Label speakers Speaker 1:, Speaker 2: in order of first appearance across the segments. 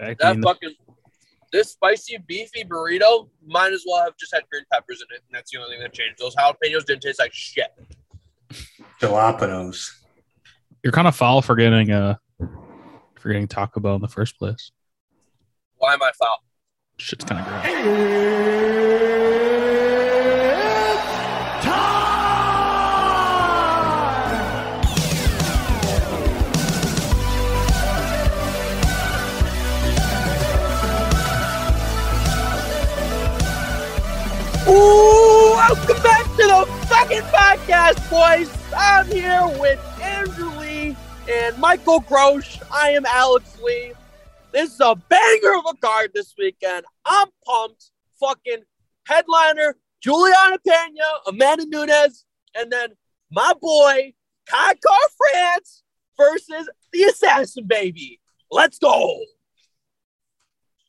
Speaker 1: I
Speaker 2: That
Speaker 1: mean,
Speaker 2: fucking this spicy beefy burrito might as well have just had green peppers in it, and that's the only thing that changed. Those jalapenos didn't taste like shit.
Speaker 3: Jalapenos.
Speaker 1: you're kind of foul for getting uh for getting Taco Bell in the first place.
Speaker 2: Why am I foul?
Speaker 1: Shit's kind of gross.
Speaker 2: Ooh, welcome back to the fucking podcast, boys. I'm here with Andrew Lee and Michael Grosh. I am Alex Lee. This is a banger of a card this weekend. I'm pumped. Fucking headliner, Juliana Pena, Amanda Nunes, and then my boy, Kai Car France versus the Assassin Baby. Let's go.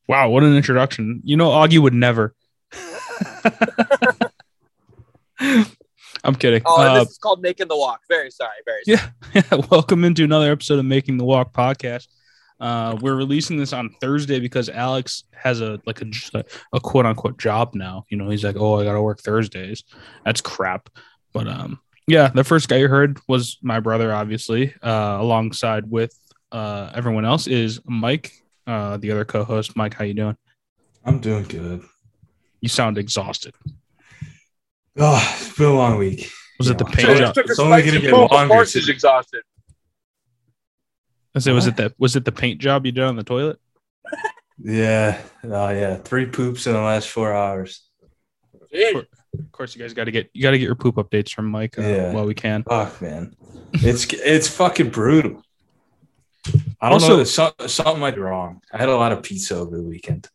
Speaker 1: Wow, what an introduction. You know, Augie would never. I'm kidding.
Speaker 2: Oh, and
Speaker 1: Uh,
Speaker 2: this is called Making the Walk. Very sorry. Very sorry.
Speaker 1: Yeah. welcome into another episode of Making the Walk podcast. Uh, we're releasing this on Thursday because Alex has a like a, a quote unquote job now. You know, he's like, oh, I gotta work Thursdays. That's crap. But um, yeah, the first guy you heard was my brother, obviously. Uh, alongside with uh everyone else is Mike, uh, the other co-host. Mike, how you doing?
Speaker 3: I'm doing good.
Speaker 1: You sound exhausted.
Speaker 3: Oh, it's been a long week.
Speaker 1: Was it the
Speaker 3: Yeah.
Speaker 1: pain
Speaker 3: Sure.
Speaker 1: job?
Speaker 3: It's only gonna get longer.
Speaker 2: is exhausted.
Speaker 1: I said, was it the was it the paint job you did on the toilet?
Speaker 3: Yeah. Oh, yeah. Three poops in the last four hours.
Speaker 2: Dude,
Speaker 1: Of course, you guys got to get you got to get your poop updates from Mike uh,
Speaker 3: Yeah.
Speaker 1: while we can.
Speaker 3: Fuck, man. It's it's fucking brutal. I don't
Speaker 1: Also-
Speaker 3: know. So, something might be wrong. I had a lot of pizza over the weekend.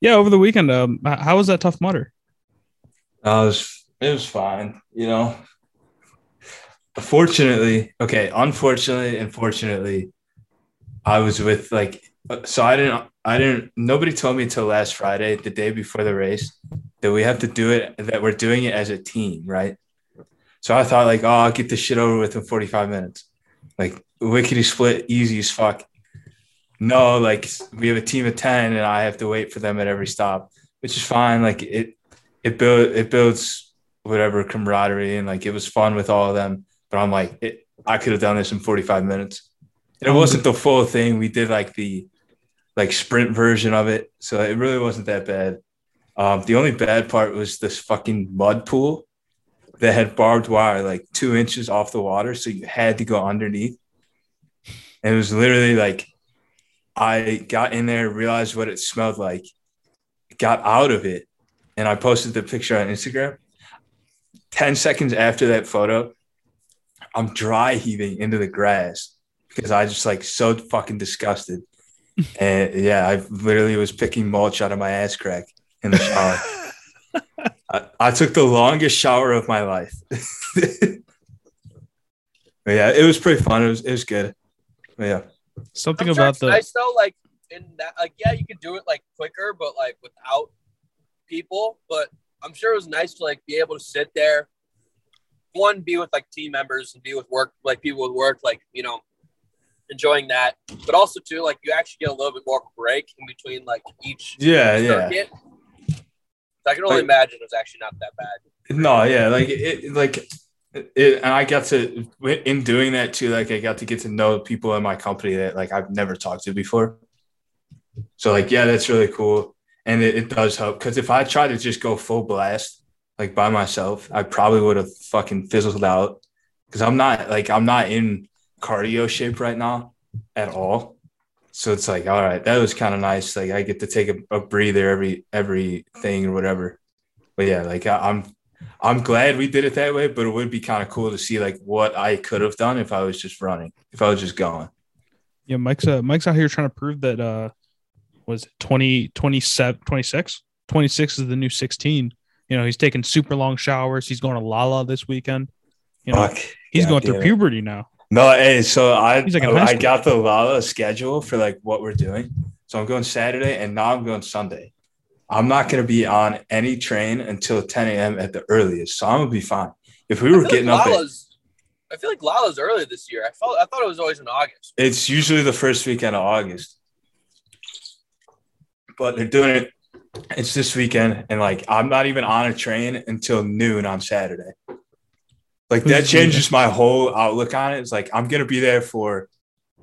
Speaker 1: Yeah, over the weekend, um, h- how was that tough mutter?
Speaker 3: I was it was fine, you know. Fortunately, okay, unfortunately and fortunately, I was with like so I didn't I didn't nobody told me till last Friday, the day before the race, that we have to do it that we're doing it as a team, right? So I thought like, oh, I'll get this shit over with in 45 minutes. Like wickety split, easy as fuck. No, like we have a team of 10 and I have to wait for them at every stop, which is fine. Like it it build it builds whatever camaraderie and like it was fun with all of them. But I'm like, it, I could have done this in 45 minutes. And it wasn't the full thing. We did like the like sprint version of it, so it really wasn't that bad. Um, the only bad part was this fucking mud pool that had barbed wire like two inches off the water, so you had to go underneath. And it was literally like, I got in there, realized what it smelled like, got out of it, and I posted the picture on Instagram. 10 seconds after that photo, I'm dry heaving into the grass because I just like so fucking disgusted. and yeah, I literally was picking mulch out of my ass crack in the shower. I, I took the longest shower of my life. but yeah, it was pretty fun. It was, it was good. But yeah.
Speaker 1: Something
Speaker 2: I'm sure
Speaker 1: about
Speaker 2: it's
Speaker 1: the
Speaker 2: nice though. Like in that, like yeah, you could do it like quicker, but like without people. But I'm sure it was nice to like be able to sit there, one be with like team members and be with work like people with work, like you know, enjoying that. But also too, like you actually get a little bit more break in between like each
Speaker 3: Yeah. Yeah.
Speaker 2: circuit. So I can only
Speaker 3: Like-
Speaker 2: imagine it was actually not that bad.
Speaker 3: No, yeah, like it, like it, and I got to in doing that too. Like I got to get to know people in my company that like I've never talked to before. So like, yeah, that's really cool, and it, it does help because if I tried to just go full blast like by myself, I probably would have fucking fizzled out because I'm not like I'm not in cardio shape right now at all. So it's like, all right, that was kind of nice. Like I get to take a, a breather every every thing or whatever. But yeah, like I, I'm I'm glad we did it that way, but it would be kind of cool to see like what I could have done if I was just running, if I was just going.
Speaker 1: yeah, Mike's uh, Mike's out here trying to prove that uh, was it 20, 27, 26? 26 is the new sixteen. You know, he's taking super long showers. He's going to Lala this weekend. You know,
Speaker 3: Fuck.
Speaker 1: he's
Speaker 3: God
Speaker 1: going through
Speaker 3: damn it.
Speaker 1: puberty now.
Speaker 3: No, hey, so I
Speaker 1: He's like in high
Speaker 3: I
Speaker 1: school.
Speaker 3: got the Lala schedule for like what we're doing. So I'm going Saturday and now I'm going Sunday. I'm not gonna be on any train until 10 a.m. at the earliest. So I'm gonna be fine. If we
Speaker 2: I
Speaker 3: were
Speaker 2: feel
Speaker 3: getting
Speaker 2: like
Speaker 3: up at,
Speaker 2: Lala's, I feel like Lala's earlier this year. I felt I thought it was always in August.
Speaker 3: it's usually the first weekend of August. but they're doing it. It's this weekend, and like I'm not even on a train until noon on Saturday. Like that
Speaker 1: Who's doing
Speaker 3: changes my whole outlook on it. It's like I'm gonna be there for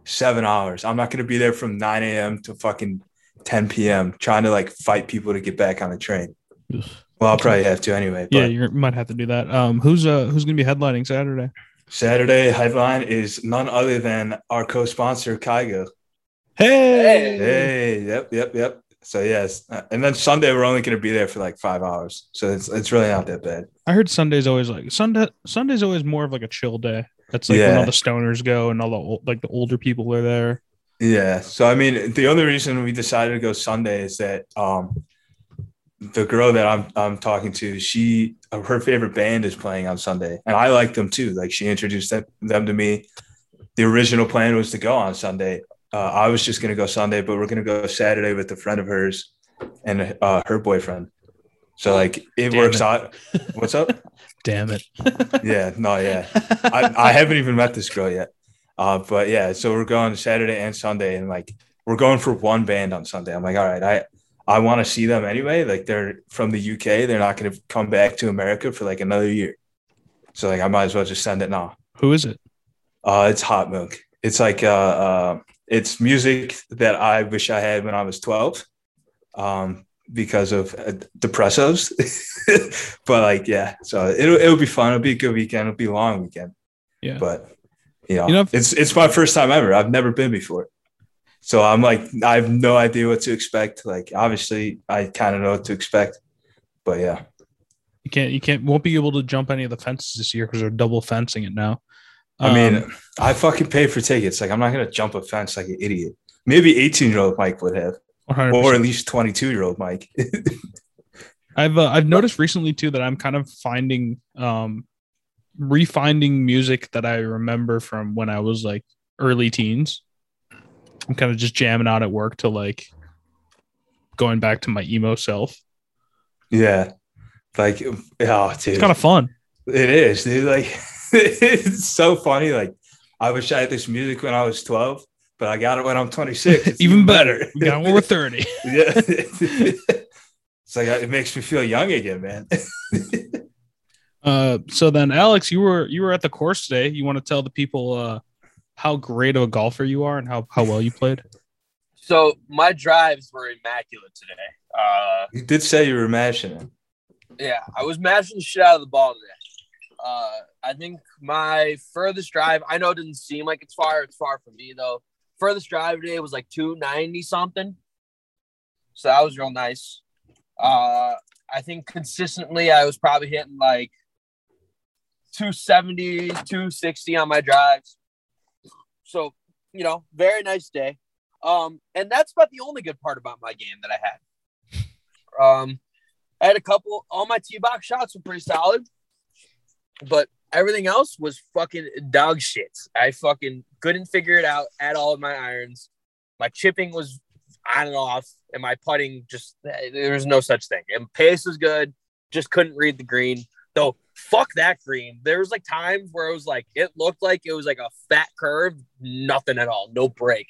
Speaker 3: seven hours. I'm not gonna be there from 9 a.m. to fucking 10 p.m. trying to like fight people to get back on the train.
Speaker 1: Oof.
Speaker 3: Well, I'll probably have to anyway. But
Speaker 1: Yeah, you might have to do that. Um, who's uh who's gonna be headlining Saturday?
Speaker 3: Saturday headline is none other than our co-sponsor Kygo.
Speaker 1: Hey,
Speaker 3: Hey, yep, yep, yep. So yes, uh, and then Sunday we're only going to be there for like five hours, so it's it's really not that bad.
Speaker 1: I heard Sunday's always like Sunday. Sunday's always more of like a chill day. That's like when
Speaker 3: Yeah.
Speaker 1: all the stoners go and all the old, like the older people are there.
Speaker 3: Yeah. So I mean, the only reason we decided to go Sunday is that um, the girl that I'm I'm talking to, she uh, her favorite band is playing on Sunday, and I like them too. Like she introduced them, them to me. The original plan was to go on Sunday. Uh, I was just going to go Sunday, but we're going to go Saturday with a friend of hers and uh, her boyfriend. So like it
Speaker 1: Damn
Speaker 3: works
Speaker 1: it.
Speaker 3: out. What's up?
Speaker 1: Damn it!
Speaker 3: yeah. No. Yeah. I, I haven't even met this girl yet. Uh, but yeah, so we're going Saturday and Sunday, and like we're going for one band on Sunday. I'm like, all right, I I want to see them anyway. Like they're from the UK, they're not going to come back to America for like another year, so like I might as well just send it now.
Speaker 1: Who is it?
Speaker 3: Uh, it's Hot Milk. It's like uh, uh, it's music that I wish I had when I was 12, um, because of uh, depressos. but like, yeah, so it'll it'll be fun. It'll be a good weekend. It'll be a long weekend.
Speaker 1: Yeah.
Speaker 3: But you know,
Speaker 1: You know, if-
Speaker 3: it's it's my first time ever. I've never been before. So I'm like, I have no idea what to expect. Like, obviously, I kind of know what to expect, but yeah,
Speaker 1: You can't you can't won't be able to jump any of the fences this year because they're double fencing it now.
Speaker 3: I mean,
Speaker 1: Um,
Speaker 3: I fucking paid for tickets. Like, I'm not gonna jump a fence like an idiot. Maybe 18 year old Mike would have,
Speaker 1: 100%.
Speaker 3: or at least 22 year old Mike.
Speaker 1: I've uh, I've noticed recently too that I'm kind of finding um refinding music that I remember from when I was like early teens. I'm kind of just jamming out at work to like going back to my emo self.
Speaker 3: yeah, like, oh, dude,
Speaker 1: It's kind of fun.
Speaker 3: It is, dude. Like it's so funny. Like I wish I had this music when I was 12, but I got it when I'm 26. It's
Speaker 1: Even better. We got when we're 30.
Speaker 3: yeah. it's like it makes me feel young again, man.
Speaker 1: Uh so then Alex, you were you were at the course today. You want to tell the people uh how great of a golfer you are and how how well you played?
Speaker 2: So my drives were immaculate today. Uh,
Speaker 3: You did say you were mashing it.
Speaker 2: yeah, I was mashing the shit out of the ball today. Uh, I think my furthest drive, I know it didn't seem like it's far. It's far from me though. Furthest drive today was like 290 something. So that was real nice. Uh, I think consistently I was probably hitting like 270, 260 on my drives. So, you know, very nice day. Um, and that's about the only good part about my game that I had. Um, I had a couple, all my tee box shots were pretty solid, but everything else was fucking dog shit. I fucking couldn't figure it out at all with my irons. My chipping was on and off, and my putting just, there was no such thing. And pace was good, just couldn't read the green though fuck that green there was like times where it was like it looked like it was like a fat curve nothing at all no break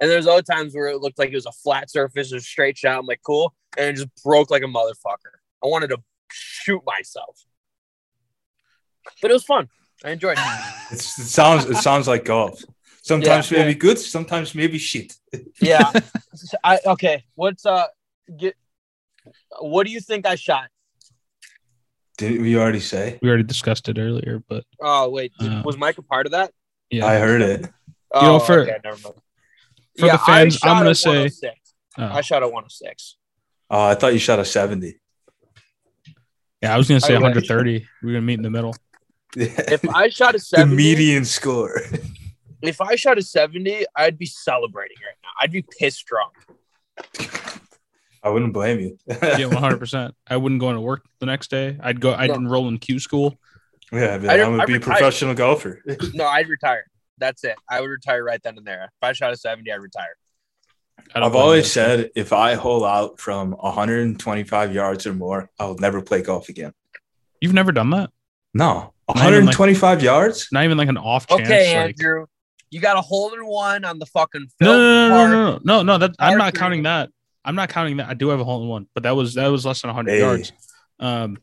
Speaker 2: and there's other times where it looked like it was a flat surface or straight shot i'm like cool and it just broke like a motherfucker i wanted to shoot myself but it was fun i enjoyed it
Speaker 3: It's, it sounds it sounds like golf. Sometimes
Speaker 2: Yeah.
Speaker 3: maybe good, sometimes maybe shit.
Speaker 2: yeah i okay what's uh get what do you think i shot
Speaker 3: Didn't we already say?
Speaker 1: We already discussed it earlier, but
Speaker 2: oh wait did-
Speaker 1: Uh.
Speaker 2: was mike a part of that
Speaker 1: yeah.
Speaker 3: I heard it.
Speaker 2: oh,
Speaker 1: know, for-
Speaker 2: never mind.
Speaker 1: for the
Speaker 2: I
Speaker 1: fans, I'm
Speaker 2: shot
Speaker 1: gonna
Speaker 2: a
Speaker 1: say-
Speaker 2: 106.
Speaker 1: Oh.
Speaker 2: I shot a 106.
Speaker 3: Oh, I thought you shot a 70.
Speaker 1: Yeah, I was gonna say
Speaker 2: I would
Speaker 1: 130. We're gonna meet in the middle.
Speaker 3: the
Speaker 2: If I shot a 70,
Speaker 3: median score.
Speaker 2: if I shot a 70, I'd be celebrating right now. I'd be pissed drunk.
Speaker 3: I wouldn't blame you.
Speaker 1: Yeah, 100. percent I wouldn't go into work the next day. I'd go. I'd
Speaker 2: No.
Speaker 1: enroll in Q school.
Speaker 3: Yeah, I'd be
Speaker 2: I
Speaker 3: like,
Speaker 2: don't-
Speaker 3: I'm gonna
Speaker 2: I
Speaker 3: be a
Speaker 2: retired.
Speaker 3: professional golfer.
Speaker 2: No, I'd retire. That's it. I would retire right then and there. If I shot a 70, I'd retire.
Speaker 1: I don't
Speaker 3: I've
Speaker 1: blame
Speaker 3: always
Speaker 1: you.
Speaker 3: said if I hole out from 125 yards or more, I'll never play golf again.
Speaker 1: you've never done that.
Speaker 3: No,
Speaker 1: Not even like-
Speaker 3: 125 yards?
Speaker 1: Not even like an off chance.
Speaker 2: Okay,
Speaker 1: like,
Speaker 2: Andrew. You got a hole in one on the fucking
Speaker 1: no,
Speaker 2: film.
Speaker 1: no, no, no, no, no, no, no. That I'm
Speaker 2: Hard
Speaker 1: not
Speaker 2: for
Speaker 1: counting
Speaker 2: you.
Speaker 1: that. I'm not counting that. I do have a hole in one, but that was that was less than 100
Speaker 3: Hey.
Speaker 1: yards. Um,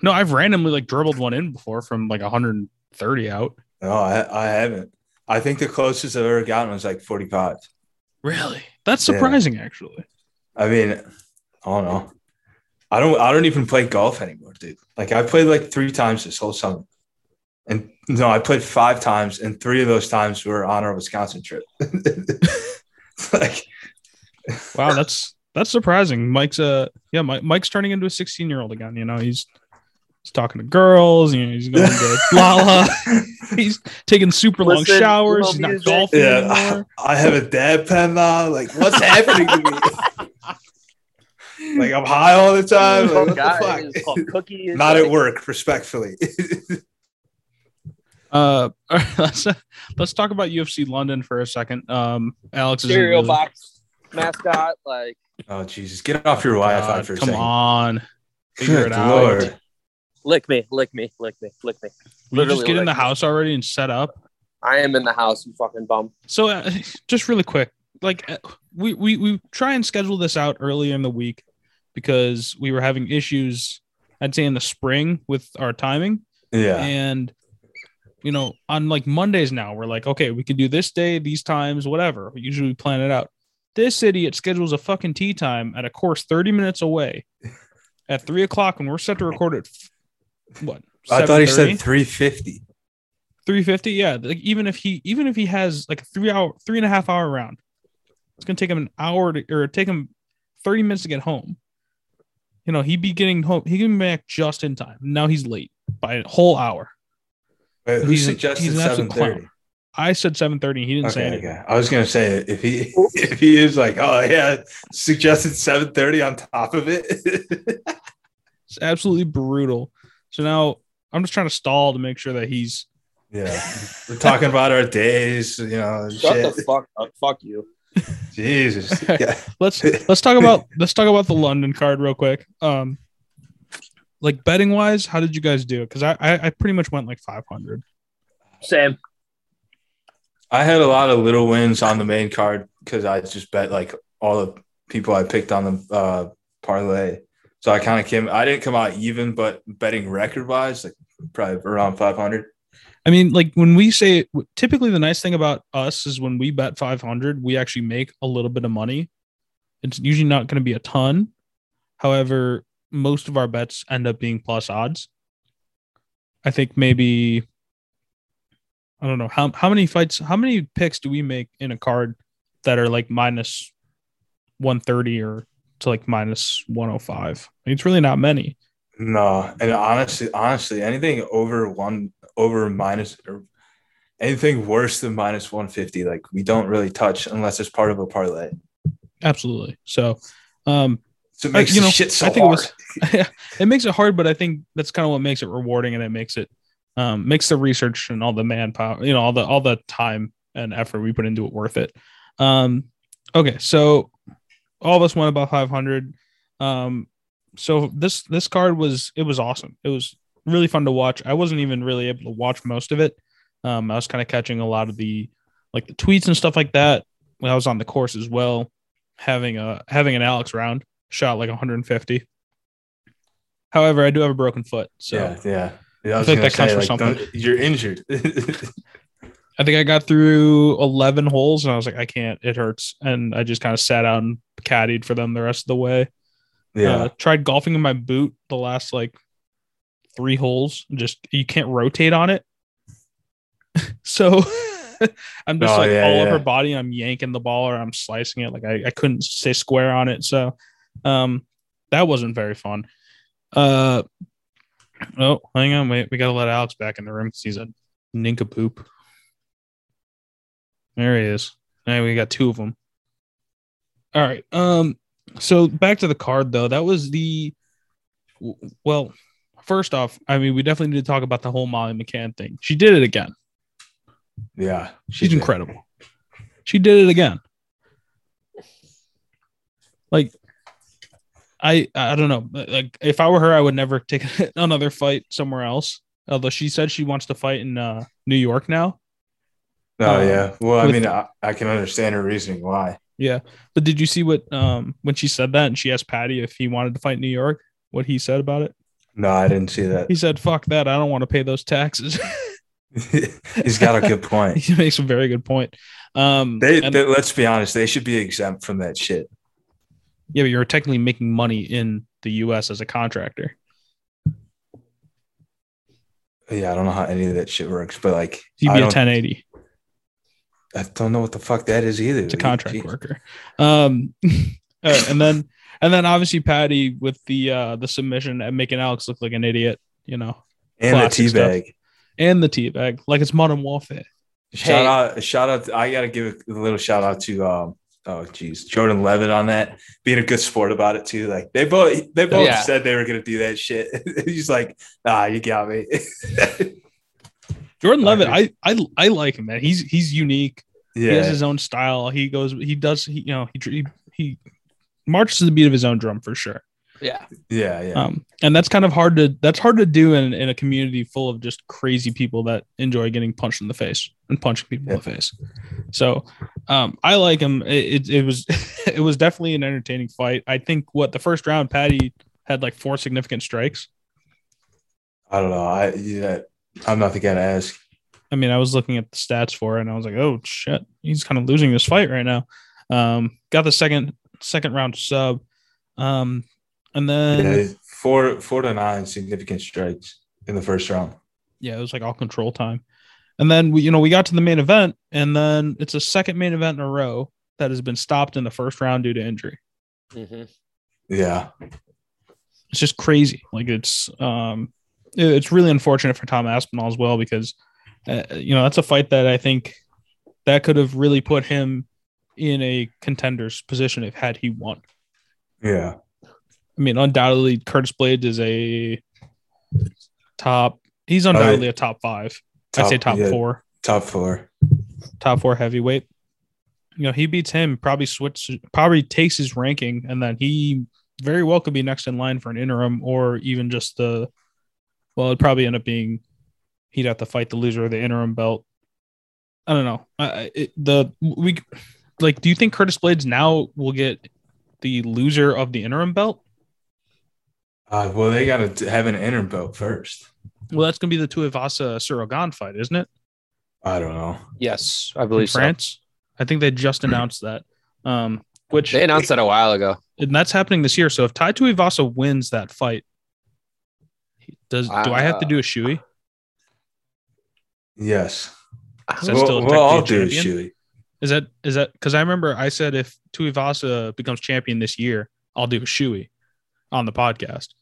Speaker 1: no, I've randomly like dribbled one in before from like 130 out.
Speaker 3: No, I, I haven't. I think the closest I've ever gotten was like 45.
Speaker 1: Really? That's
Speaker 3: Yeah.
Speaker 1: surprising, actually.
Speaker 3: I mean, I don't know. I don't. I don't even play golf anymore, dude. Like I played like three times this whole summer, and no, I played five times, and three of those times were on our Wisconsin trip. like,
Speaker 1: Wow, that's that's surprising. Mike's uh yeah, Mike, Mike's turning into a 16 year old again. You know, he's he's talking to girls. You know, he's going to la la. He's taking super long
Speaker 4: Listen,
Speaker 1: showers.
Speaker 4: little
Speaker 1: He's not
Speaker 4: music.
Speaker 1: golfing
Speaker 3: yeah, I,
Speaker 1: anymore.
Speaker 3: I have a dad pen now. Like, what's happening to me? like, I'm high all the time. Like, what
Speaker 4: Oh, God,
Speaker 3: the
Speaker 4: it's
Speaker 3: fuck?
Speaker 4: called cookies.
Speaker 3: Not at
Speaker 4: Like,
Speaker 3: work, respectfully.
Speaker 1: Uh, all right, let's let's talk about UFC London for a second. Um, Alex is
Speaker 4: Cereal box mascot. Like
Speaker 3: oh Jesus, get off your Wi-Fi for a
Speaker 1: come
Speaker 3: second.
Speaker 1: on, figure
Speaker 3: Good
Speaker 1: it out.
Speaker 3: Lord.
Speaker 4: lick me, lick me, lick me, lick me.
Speaker 1: Will you just
Speaker 4: Literally,
Speaker 1: get in the
Speaker 4: like-
Speaker 1: house already and set up.
Speaker 4: I am in the house. You fucking bum.
Speaker 1: So, uh, just really quick, like uh, we we we try and schedule this out earlier in the week because we were having issues. I'd say in the spring with our timing,
Speaker 3: Yeah,
Speaker 1: and you know, on like Mondays now, we're like, okay, we can do this day, these times, whatever. We usually plan it out. This idiot schedules a fucking tea time at a course thirty minutes away at three o'clock when we're set to record at f- what?
Speaker 3: I thought
Speaker 1: 7:30?
Speaker 3: he said 350.
Speaker 1: 350 yeah like even if he even if he has like a three hour three and a half hour round it's gonna take him an hour to, or take him 30 minutes to get home you know he'd be getting home he can be back just in time now he's late by a whole hour
Speaker 3: Wait, who
Speaker 1: He's a-
Speaker 3: suggested
Speaker 1: he's an absolute
Speaker 3: seven thirty?
Speaker 1: i said 730 he didn't say
Speaker 3: Okay,
Speaker 1: anything
Speaker 3: okay. I was gonna say if he if he is like, oh yeah, suggested seven thirty on top of it.
Speaker 1: it's absolutely brutal so now i'm just trying to stall to make sure that he's
Speaker 3: yeah, we're talking about our days, you know.
Speaker 1: Oh,
Speaker 3: and
Speaker 4: Shut
Speaker 3: Shit.
Speaker 4: the fuck up. Fuck you.
Speaker 3: Jesus. Yeah.
Speaker 1: let's let's talk about let's talk about the london card real quick um like betting wise how did you guys do because I, I i pretty much went like 500
Speaker 4: Sam.
Speaker 3: I had a lot of little wins on the main card because I just bet like all the people I picked on the uh, parlay. So I kind of came. I didn't come out even, but betting record wise, like probably around five hundred.
Speaker 1: I mean, like when we say typically the nice thing about us is when we bet 500, we actually make a little bit of money. It's usually not going to be a ton. However, most of our bets end up being plus odds. I think maybe I don't know how how many fights, how many picks do we make in a card that are like minus 130 or to like minus 105? It's really not many.
Speaker 3: No, and honestly, honestly, anything over one over minus or anything worse than minus one fifty, like we don't really touch unless it's part of a parlay.
Speaker 1: Absolutely. So, um,
Speaker 3: So it makes
Speaker 1: you
Speaker 3: the
Speaker 1: know,
Speaker 3: shit so
Speaker 1: I think it
Speaker 3: hard.
Speaker 1: was- it makes it hard, but I think that's kind of what makes it rewarding, and it makes it um, makes the research and all the manpower, you know, all the all the time and effort we put into it worth it. Um, okay, so all of us won about five hundred. Um, so this this card was it was awesome. It was really fun to watch. I wasn't even really able to watch most of it. Um, I was kind of catching a lot of the like the tweets and stuff like that when I was on the course as well. Having a having an Alex round shot like 150. However, I do have a broken foot, so
Speaker 3: yeah, yeah. Yeah, I was
Speaker 1: think
Speaker 3: gonna
Speaker 1: that counts
Speaker 3: say,
Speaker 1: for
Speaker 3: like,
Speaker 1: something.
Speaker 3: don't- You're injured.
Speaker 1: I think I got through 11 holes and I was like, I can't, it hurts. And I just kind of sat out and caddied for them the rest of the way.
Speaker 3: yeah,
Speaker 1: Uh, tried golfing in my boot the last like three holes. Just, you can't rotate on it. so I'm just
Speaker 3: Oh,
Speaker 1: like
Speaker 3: yeah,
Speaker 1: all
Speaker 3: yeah.
Speaker 1: over body. I'm yanking the ball or I'm slicing it. Like I, I couldn't stay square on it. So um, that wasn't very fun. Uh, oh, hang on. Wait, we got to let Alex back in the room 'cause he's a nincompoop. There he is. Now we got two of them. All right. Um. So back to the card though. That was the. w- Well, first off, I mean, we definitely need to talk about the whole Molly McCann thing. She did it again.
Speaker 3: yeah.
Speaker 1: She's
Speaker 3: did.
Speaker 1: incredible. She did it again. Like, I I don't know. Like, if I were her, I would never take another fight somewhere else. Although she said she wants to fight in uh, New York now.
Speaker 3: Oh
Speaker 1: Um,
Speaker 3: yeah. Well, I
Speaker 1: with-
Speaker 3: mean, I, I can understand her reasoning why.
Speaker 1: Yeah. But did you see what um when she said that and she asked Patty if he wanted to fight New York, what he said about it?
Speaker 3: No, I didn't see that.
Speaker 1: He said, "Fuck that! I don't want to pay those taxes."
Speaker 3: He's got a good point.
Speaker 1: he makes a very good point. Um,
Speaker 3: They,
Speaker 1: and-
Speaker 3: they- let's be honest, they should be exempt from that shit.
Speaker 1: yeah, but you're technically making money in the U.S. as a contractor.
Speaker 3: Yeah, I don't know how any of that shit works, but like,
Speaker 1: You'd
Speaker 3: I,
Speaker 1: be a
Speaker 3: don't,
Speaker 1: 1080.
Speaker 3: I don't know what the fuck that is either.
Speaker 1: It's a contract
Speaker 3: Jeez.
Speaker 1: worker. Um, uh, and then and then obviously Patty with the uh the submission and making Alex look like an idiot, you know,
Speaker 3: and the
Speaker 1: Classic stuff.
Speaker 3: teabag.
Speaker 1: and the teabag like it's modern warfare.
Speaker 3: Shout
Speaker 4: Hey.
Speaker 3: out, shout out. I gotta give a little shout out to um, oh geez, Jordan Levitt on that being a good sport about it too. Like they both, they both
Speaker 4: Yeah.
Speaker 3: said they were gonna do that shit. He's like, ah, you got me.
Speaker 1: Jordan
Speaker 3: I
Speaker 1: Levitt, I
Speaker 3: agree.
Speaker 1: I I like him, man. He's he's unique. He has
Speaker 3: yeah,
Speaker 1: his own style. He goes, he does, he, you know, he he, he marches to the beat of his own drum for sure.
Speaker 4: Yeah.
Speaker 3: yeah, yeah.
Speaker 1: Um, and that's kind of hard to that's hard to do in, in a community full of just crazy people that enjoy getting punched in the face and punching people in the face. So um, I like him. It, it, it was it was definitely an entertaining fight. I think what the first round, Patty had like four significant strikes.
Speaker 3: I don't know. I yeah, I'm not the guy to ask.
Speaker 1: I mean, I was looking at the stats for it and I was like, oh shit, he's kind of losing this fight right now. Um, got the second second round sub. Um, and then
Speaker 3: Yeah, four, four to nine significant strikes in the first round.
Speaker 1: yeah, it was like all control time. And then we, you know, we got to the main event, and then it's a second main event in a row that has been stopped in the first round due to injury.
Speaker 4: hmm
Speaker 3: Yeah,
Speaker 1: It's just crazy. Like it's, um, it- it's really unfortunate for Tom Aspinall as well because, uh, you know, that's a fight that I think that could have really put him in a contender's position if had he won.
Speaker 3: yeah.
Speaker 1: I mean, undoubtedly, Curtis Blades is a top. He's undoubtedly a top five. I'd say top
Speaker 3: yeah,
Speaker 1: four.
Speaker 3: Top four.
Speaker 1: top four heavyweight. You know, he beats him, probably switch, probably takes his ranking, and then he very well could be next in line for an interim or even just the. Well, it'd probably end up being he'd have to fight the loser of the interim belt. I don't know. I- I, it, the we like. Do you think Curtis Blades now will get the loser of the interim belt?
Speaker 3: Uh, well, they gotta have an interim belt first.
Speaker 1: Well, that's gonna be the Tuivasa Surogan fight, isn't it?
Speaker 3: I don't know.
Speaker 4: Yes, I
Speaker 1: In
Speaker 4: believe so.
Speaker 1: France. I think they just announced that. Um, which
Speaker 4: They announced that a while ago.
Speaker 1: and that's happening this year. So if Tai Tuivasa wins that fight, he- does do I have to do a shoey?
Speaker 3: Yes.
Speaker 4: I don't
Speaker 1: So-
Speaker 4: know.
Speaker 1: still
Speaker 3: Well, well, I'll
Speaker 1: technically
Speaker 3: do
Speaker 1: a
Speaker 3: it, Shuey.
Speaker 1: Is that is that because I remember I said if Tuivasa becomes champion this year, I'll do a shoey on the podcast.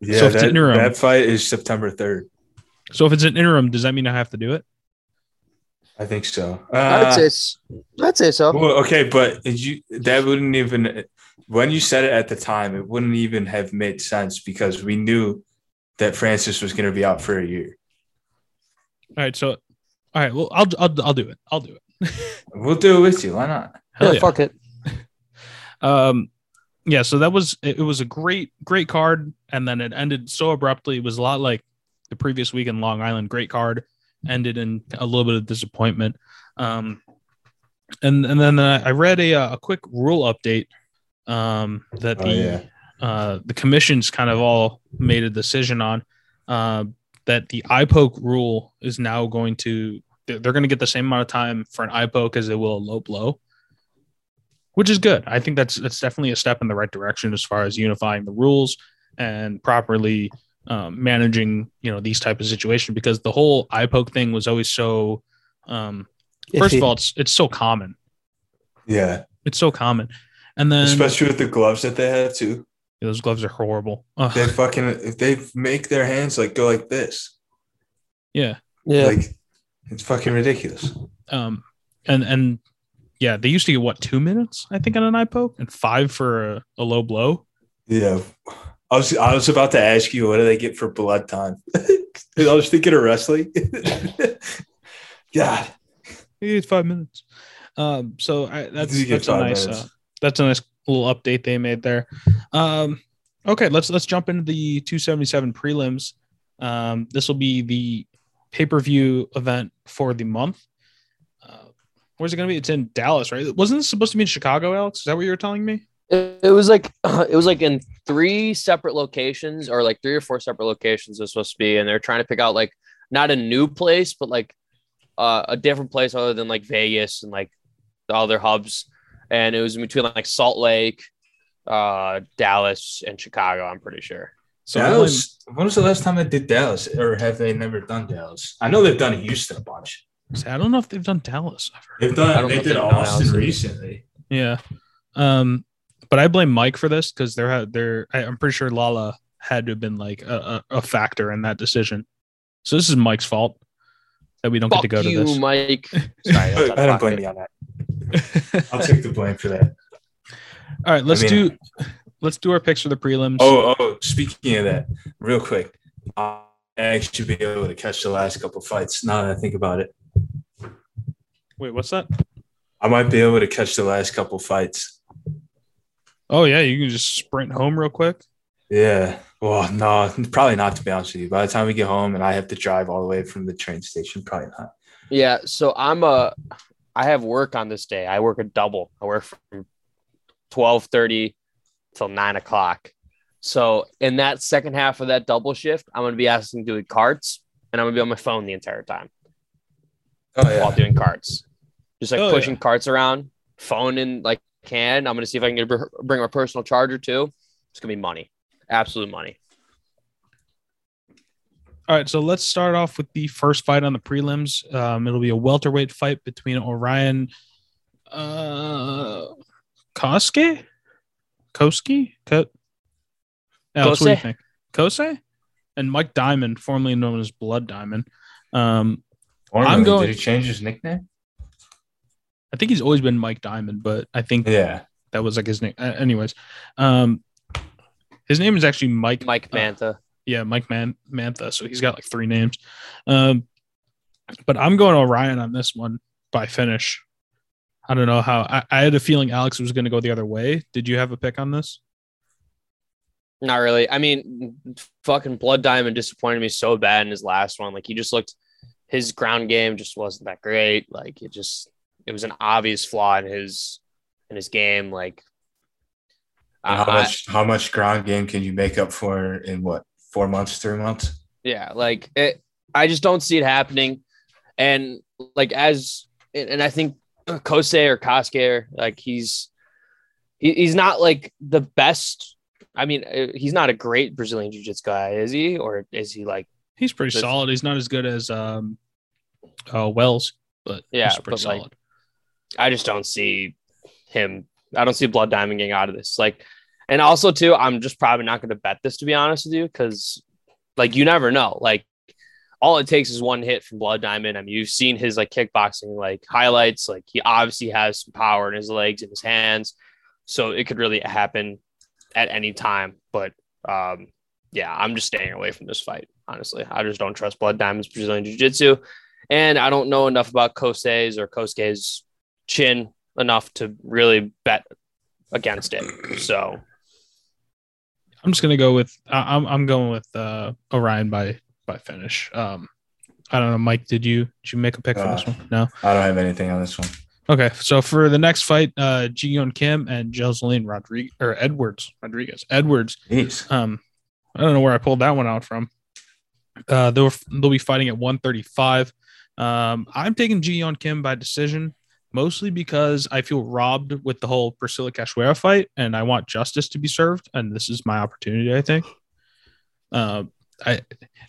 Speaker 3: Yeah,
Speaker 1: So if it's
Speaker 3: that,
Speaker 1: interim-
Speaker 3: that fight is September 3rd.
Speaker 1: So if it's an interim, does that mean I have to do it?
Speaker 3: I think so.
Speaker 4: I'd
Speaker 3: Uh,
Speaker 4: say, s- I'd say so.
Speaker 3: well, okay, but you that wouldn't even when you said it at the time, it wouldn't even have made sense because we knew that Francis was going to be out for a year.
Speaker 1: All right, so all right, well I'll I'll, I'll do it. I'll do it.
Speaker 3: We'll do it with you. Why not?
Speaker 1: Hell yeah.
Speaker 4: Fuck it.
Speaker 1: Um yeah, so that was it it was a great great card and then it ended so abruptly. It was a lot like the previous week in Long Island, great card ended in a little bit of disappointment. Um and and then uh, I read a uh, a quick rule update um that
Speaker 3: Oh,
Speaker 1: the
Speaker 3: yeah.
Speaker 1: uh the commission's kind of all made a decision on uh, that the eye poke rule is now going to they're, they're going to get the same amount of time for an eye poke as they will a low blow which is good i think that's that's definitely a step in the right direction as far as unifying the rules and properly um, managing you know these type of situations because the whole eye poke thing was always so um, first of all it's it's so common
Speaker 3: Yeah.
Speaker 1: it's so common and then
Speaker 3: Especially with the gloves that they have too.
Speaker 1: those gloves are horrible Ugh.
Speaker 3: They fucking if they make their hands like go like this.
Speaker 1: yeah
Speaker 4: yeah.
Speaker 3: Like it's fucking ridiculous.
Speaker 1: um and and yeah they used to get what two minutes i think on an eye poke and five for a, a low blow
Speaker 3: Yeah. I was I was about to ask you what do they get for blood time? 'Cause I was thinking of wrestling. God.
Speaker 1: it's five minutes um so I, that's
Speaker 3: You get
Speaker 1: that's a
Speaker 3: five
Speaker 1: nice
Speaker 3: minutes.
Speaker 1: uh, that's a nice little update they made there um okay let's let's jump into the 277 prelims um this will be the pay-per-view event for the month uh, Where's it gonna be? It's in Dallas, right? Wasn't this supposed to be in Chicago, Alex? Is that what you were telling me?
Speaker 2: It, it was like it was like in three separate locations, or like three or four separate locations. It's supposed to be, and they're trying to pick out like not a new place, but like uh, a different place other than like Vegas and like the other hubs. And it was in between like Salt Lake, uh, Dallas, and Chicago. I'm pretty sure.
Speaker 1: So I'm like-
Speaker 3: Dallas. When was the last time I did Dallas, or have they never done Dallas? I know they've done Houston a bunch.
Speaker 1: See, I don't know if they've done Dallas ever.
Speaker 3: They've
Speaker 2: I don't
Speaker 3: done.
Speaker 2: know
Speaker 3: They
Speaker 2: if
Speaker 3: did
Speaker 2: they've done Dallas.
Speaker 3: Austin recently.
Speaker 1: Yeah. Um, but I blame Mike for this because there had there I- I'm pretty sure Lala had to have been like a, a, a factor in that decision. So this is Mike's fault that we don't
Speaker 2: Fuck
Speaker 1: get to go
Speaker 2: you,
Speaker 1: to this.
Speaker 2: Mike. Sorry, that's out of
Speaker 3: I
Speaker 2: pocket.
Speaker 3: don't blame you on that. I'll take the blame for that.
Speaker 1: All right, let's
Speaker 3: I mean-
Speaker 1: do let's do our picks for the prelims.
Speaker 3: Oh, oh. Speaking of that, real quick, I should be able to catch the last couple fights. Now that I think about it,
Speaker 1: wait, what's that?
Speaker 3: I might be able to catch the last couple fights.
Speaker 1: Oh yeah, you can just sprint home real quick.
Speaker 3: Yeah. Well, no, probably not. To be honest with you, by the time we get home and I have to drive all the way from the train station, probably not.
Speaker 2: Yeah, so I'm a I have work on this day. I work a double. I work from twelve thirty till nine o'clock. So in that second half of that double shift, I'm gonna be asking doing carts and I'm gonna be on my phone the entire time
Speaker 3: Oh
Speaker 2: while doing carts. Just like
Speaker 1: Oh, yeah.
Speaker 2: pushing carts around, phone in like can. I'm gonna see if I can get, br- bring my personal charger too. It's gonna be money. Absolute money.
Speaker 1: All right, so let's start off with the first fight on the prelims. Um, it'll be a welterweight fight between Orion uh, Koske, Koski, Co- Alex, what do you
Speaker 2: Kose.
Speaker 1: think? Kose and Mike Diamond, formerly known as Blood Diamond. Um, I'm going-
Speaker 3: Did he change his nickname?
Speaker 1: I think he's always been Mike Diamond, but I think
Speaker 3: Yeah.
Speaker 1: that was like his name. Uh, anyways, um, his name is actually Mike
Speaker 2: Mike
Speaker 1: uh,
Speaker 2: Manta.
Speaker 1: yeah, Mike Man- Mantha. So he's got like three names. Um, but I'm going Orion on this one by finish. I don't know how. I, I had a feeling Alex was going to go the other way. Did you have a pick on this?
Speaker 2: Not really. I mean, fucking Blood Diamond disappointed me so bad in his last one. Like he just looked, his ground game just wasn't that great. Like it just, it was an obvious flaw in his in his game. Like
Speaker 3: And how
Speaker 2: I- I-
Speaker 3: much how much ground game can you make up for in what four months, three months?
Speaker 2: yeah, like it, I just don't see it happening. And like as, and and I think Kose or Koske, like he's he, he's not like the best. I mean, uh, he's not a great Brazilian jiu-jitsu guy, is he? Or is he like?
Speaker 1: He's pretty
Speaker 2: That's-
Speaker 1: solid. He's not as good as um, uh, Wells, but
Speaker 2: Yeah,
Speaker 1: he's pretty
Speaker 2: but, like,
Speaker 1: solid.
Speaker 2: I just don't see him. I don't see Blood Diamond getting out of this. Like, and also too, I'm just probably not going to bet this to be honest with you, because like you never know. Like, all it takes is one hit from Blood Diamond. I mean, you've seen his like kickboxing like highlights. Like he obviously has some power in his legs and his hands, so it could really happen at any time. But um, yeah, I'm just staying away from this fight. Honestly, I just don't trust Blood Diamond's Brazilian Jiu Jitsu. And I don't know enough about Kose's or Kosuke's chin enough to really bet against it. So
Speaker 1: I'm just gonna go with I, I'm I'm going with uh, Orion by by finish. Um, I don't know, Mike. Did you did you make a pick for
Speaker 3: Uh,
Speaker 1: this one? No.
Speaker 3: I don't have anything on this one.
Speaker 1: Okay, so for the next fight, uh, Gion Kim and Joseline Rodriguez or Edwards Rodriguez Edwards.
Speaker 3: Jeez.
Speaker 1: Um, I don't know where I pulled that one out from. Uh, they'll they'll be fighting at 135. Um, I'm taking Gion Kim by decision, mostly because I feel robbed with the whole Priscilla Cachoeira fight, and I want justice to be served, and this is my opportunity. I think. Uh, I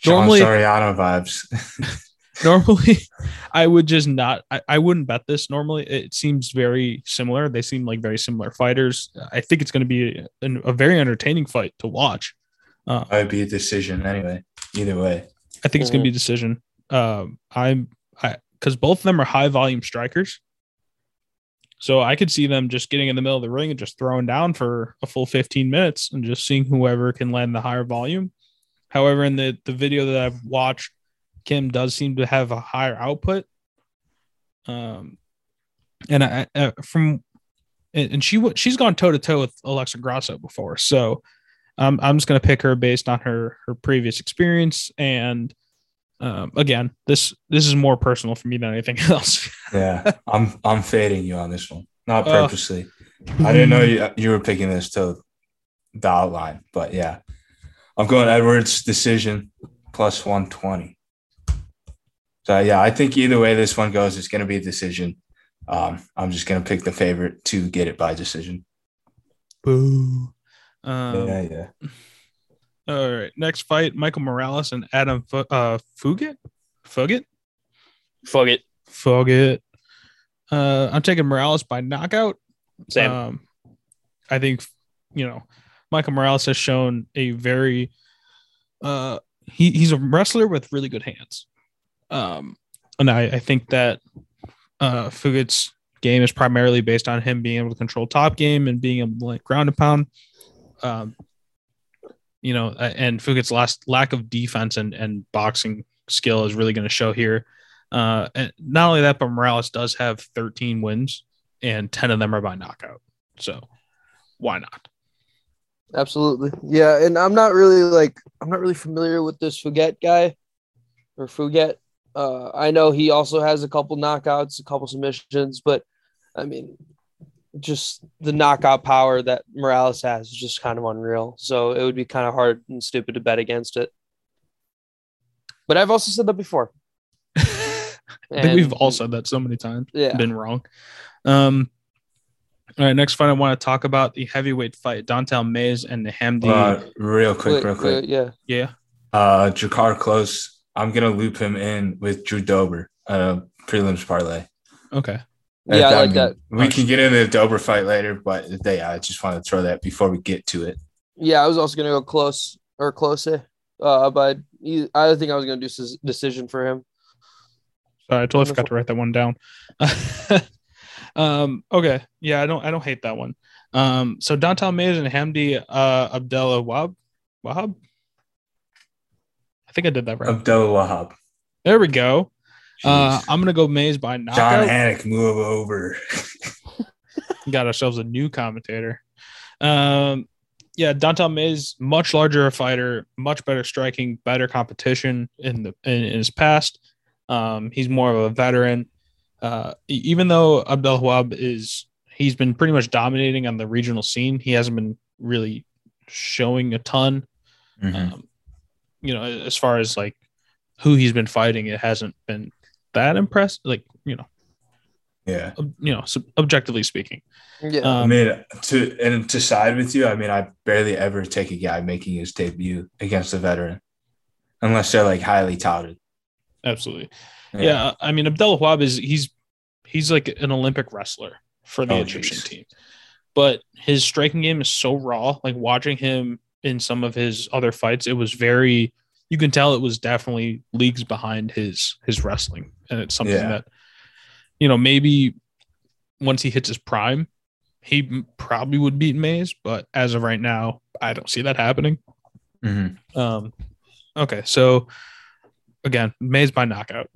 Speaker 1: normally-
Speaker 3: Normally, Sean Soriano vibes.
Speaker 1: normally i would just not I, I wouldn't bet this normally it seems very similar they seem like very similar fighters i think it's going to be an, a very entertaining fight to watch uh,
Speaker 3: I'd be a decision anyway. Either way.
Speaker 1: i think it's going to be a decision um, i'm i because both of them are high volume strikers so i could see them just getting in the middle of the ring and just throwing down for a full 15 minutes and just seeing whoever can land the higher volume however in the the video that i've watched Kim does seem to have a higher output. Um, and I, I from and and she wa- she's gone toe to toe with Alexa Grasso before, so um, I'm just gonna pick her based on her her previous experience and Um, again, this this is more personal for me than anything else.
Speaker 3: Yeah, I'm I'm fading you on this one, not
Speaker 1: Oh.
Speaker 3: purposely. I didn't know you you were picking this till the outline, but yeah, I'm going Edwards decision plus 120. So yeah, I think either way this one goes, it's going to be a decision. Um, I'm just going to pick the favorite to get it by decision.
Speaker 1: Boo. Um,
Speaker 3: yeah, yeah.
Speaker 1: All right, next fight: Michael Morales and Adam Fu- uh, Fugit. Fugit.
Speaker 4: Fuck it.
Speaker 1: Fugit. Uh, I'm taking Morales by knockout.
Speaker 4: Same.
Speaker 1: Um, I think you know Michael Morales has shown a very uh, he he's a wrestler with really good hands, um, and I, I think that uh, Fugit's game is primarily based on him being able to control top game and being able to like ground and pound. Um, you know, a- and Fugit's last lack of defense and and boxing skill is really going to show here. Uh, and not only that, but Morales does have 13 wins, and 10 of them are by knockout. So why not?
Speaker 4: Absolutely. Yeah, and I'm not really like I'm not really familiar with this Fugget guy or Fugget. Uh, I know he also has a couple knockouts, a couple submissions, but I mean, just the knockout power that Morales has is just kind of unreal. So it would be kind of hard and stupid to bet against it. But I've also said that before.
Speaker 1: I think we've
Speaker 4: And-
Speaker 1: all said that so many times,
Speaker 4: yeah.
Speaker 1: been wrong. Um, all right, next fight I want to talk about the heavyweight fight, Dontel Mays and the Hamdi.
Speaker 3: Uh, real quick,
Speaker 4: Wait,
Speaker 3: real quick.
Speaker 4: wait, yeah.
Speaker 1: yeah,
Speaker 3: Uh, Jakar Close. I'm gonna loop him in with Drew Dober at a prelims parlay.
Speaker 1: okay.
Speaker 4: Yeah, I like that.
Speaker 3: We can get into the Dober fight later, but they, I just want to throw that before we get to it.
Speaker 4: Yeah, I was also gonna go close or close, eh, uh, but he, I think I was gonna do s- decision for him.
Speaker 1: Sorry, I totally forgot to write that one down. um, okay, yeah, I don't, I don't hate that one. Um, so Dontel Mays and Hamdi uh, Abdullah Wahab, Wahab. I think I did that right.
Speaker 3: Abdul Wahab.
Speaker 1: there we go. Uh,
Speaker 3: Jeez.
Speaker 1: I'm gonna go Mays by
Speaker 3: John
Speaker 1: knockout.
Speaker 3: Hannock, move over.
Speaker 1: got ourselves a new commentator. Um, yeah, Danton Mays, much larger a fighter, much better striking, better competition in the in, in his past. Um, he's more of a veteran. Uh, e- even though Abdel Hwab is he's been pretty much dominating on the regional scene, he hasn't been really showing a ton.
Speaker 3: Mm-hmm.
Speaker 1: Um, you know, as far as like who he's been fighting, it hasn't been that impressive. Like you know,
Speaker 3: yeah.
Speaker 1: ob- you know, sub- objectively speaking.
Speaker 4: Yeah,
Speaker 1: Um,
Speaker 3: I mean, to and to side with you, I mean, I barely ever take a guy making his debut against a veteran, unless they're like highly touted.
Speaker 1: Absolutely. Yeah. I mean, Abdel Wahab is he's he's like an Olympic wrestler for the
Speaker 3: Oh,
Speaker 1: Egyptian
Speaker 3: jeez.
Speaker 1: team, but his striking game is so raw. Like watching him in some of his other fights, it was very. You can tell it was definitely leagues behind his his wrestling, and it's something
Speaker 3: Yeah.
Speaker 1: that you know maybe once he hits his prime, he m- probably would beat Mays. But as of right now, I don't see that happening.
Speaker 3: Mhm.
Speaker 1: Um, okay, so again, Mays by knockout.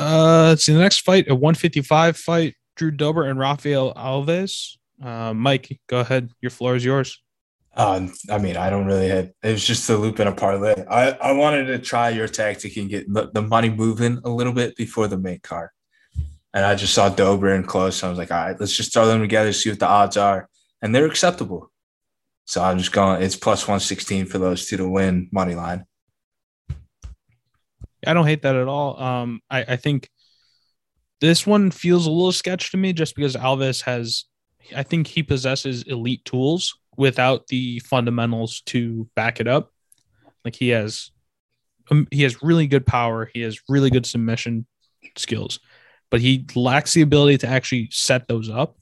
Speaker 1: Uh, let's see the next fight, a 155 fight, Drew Dober and Rafael Alves. Uh, Mike, go ahead. Your floor is yours.
Speaker 3: Um, I mean, I don't really have. It was just a loop and a parlay. I, I wanted to try your tactic and get the, the money moving a little bit before the main card. And I just saw Dober and Close. And I was like, all right, let's just throw them together, see what the odds are. And they're acceptable. So I'm just going, it's plus 116 for those two to win money line.
Speaker 1: I don't hate that at all. Um, I, I think this one feels a little sketch to me just because Alves has, I think he possesses elite tools without the fundamentals to back it up. Like he has, um, he has really good power. He has really good submission skills, but he lacks the ability to actually set those up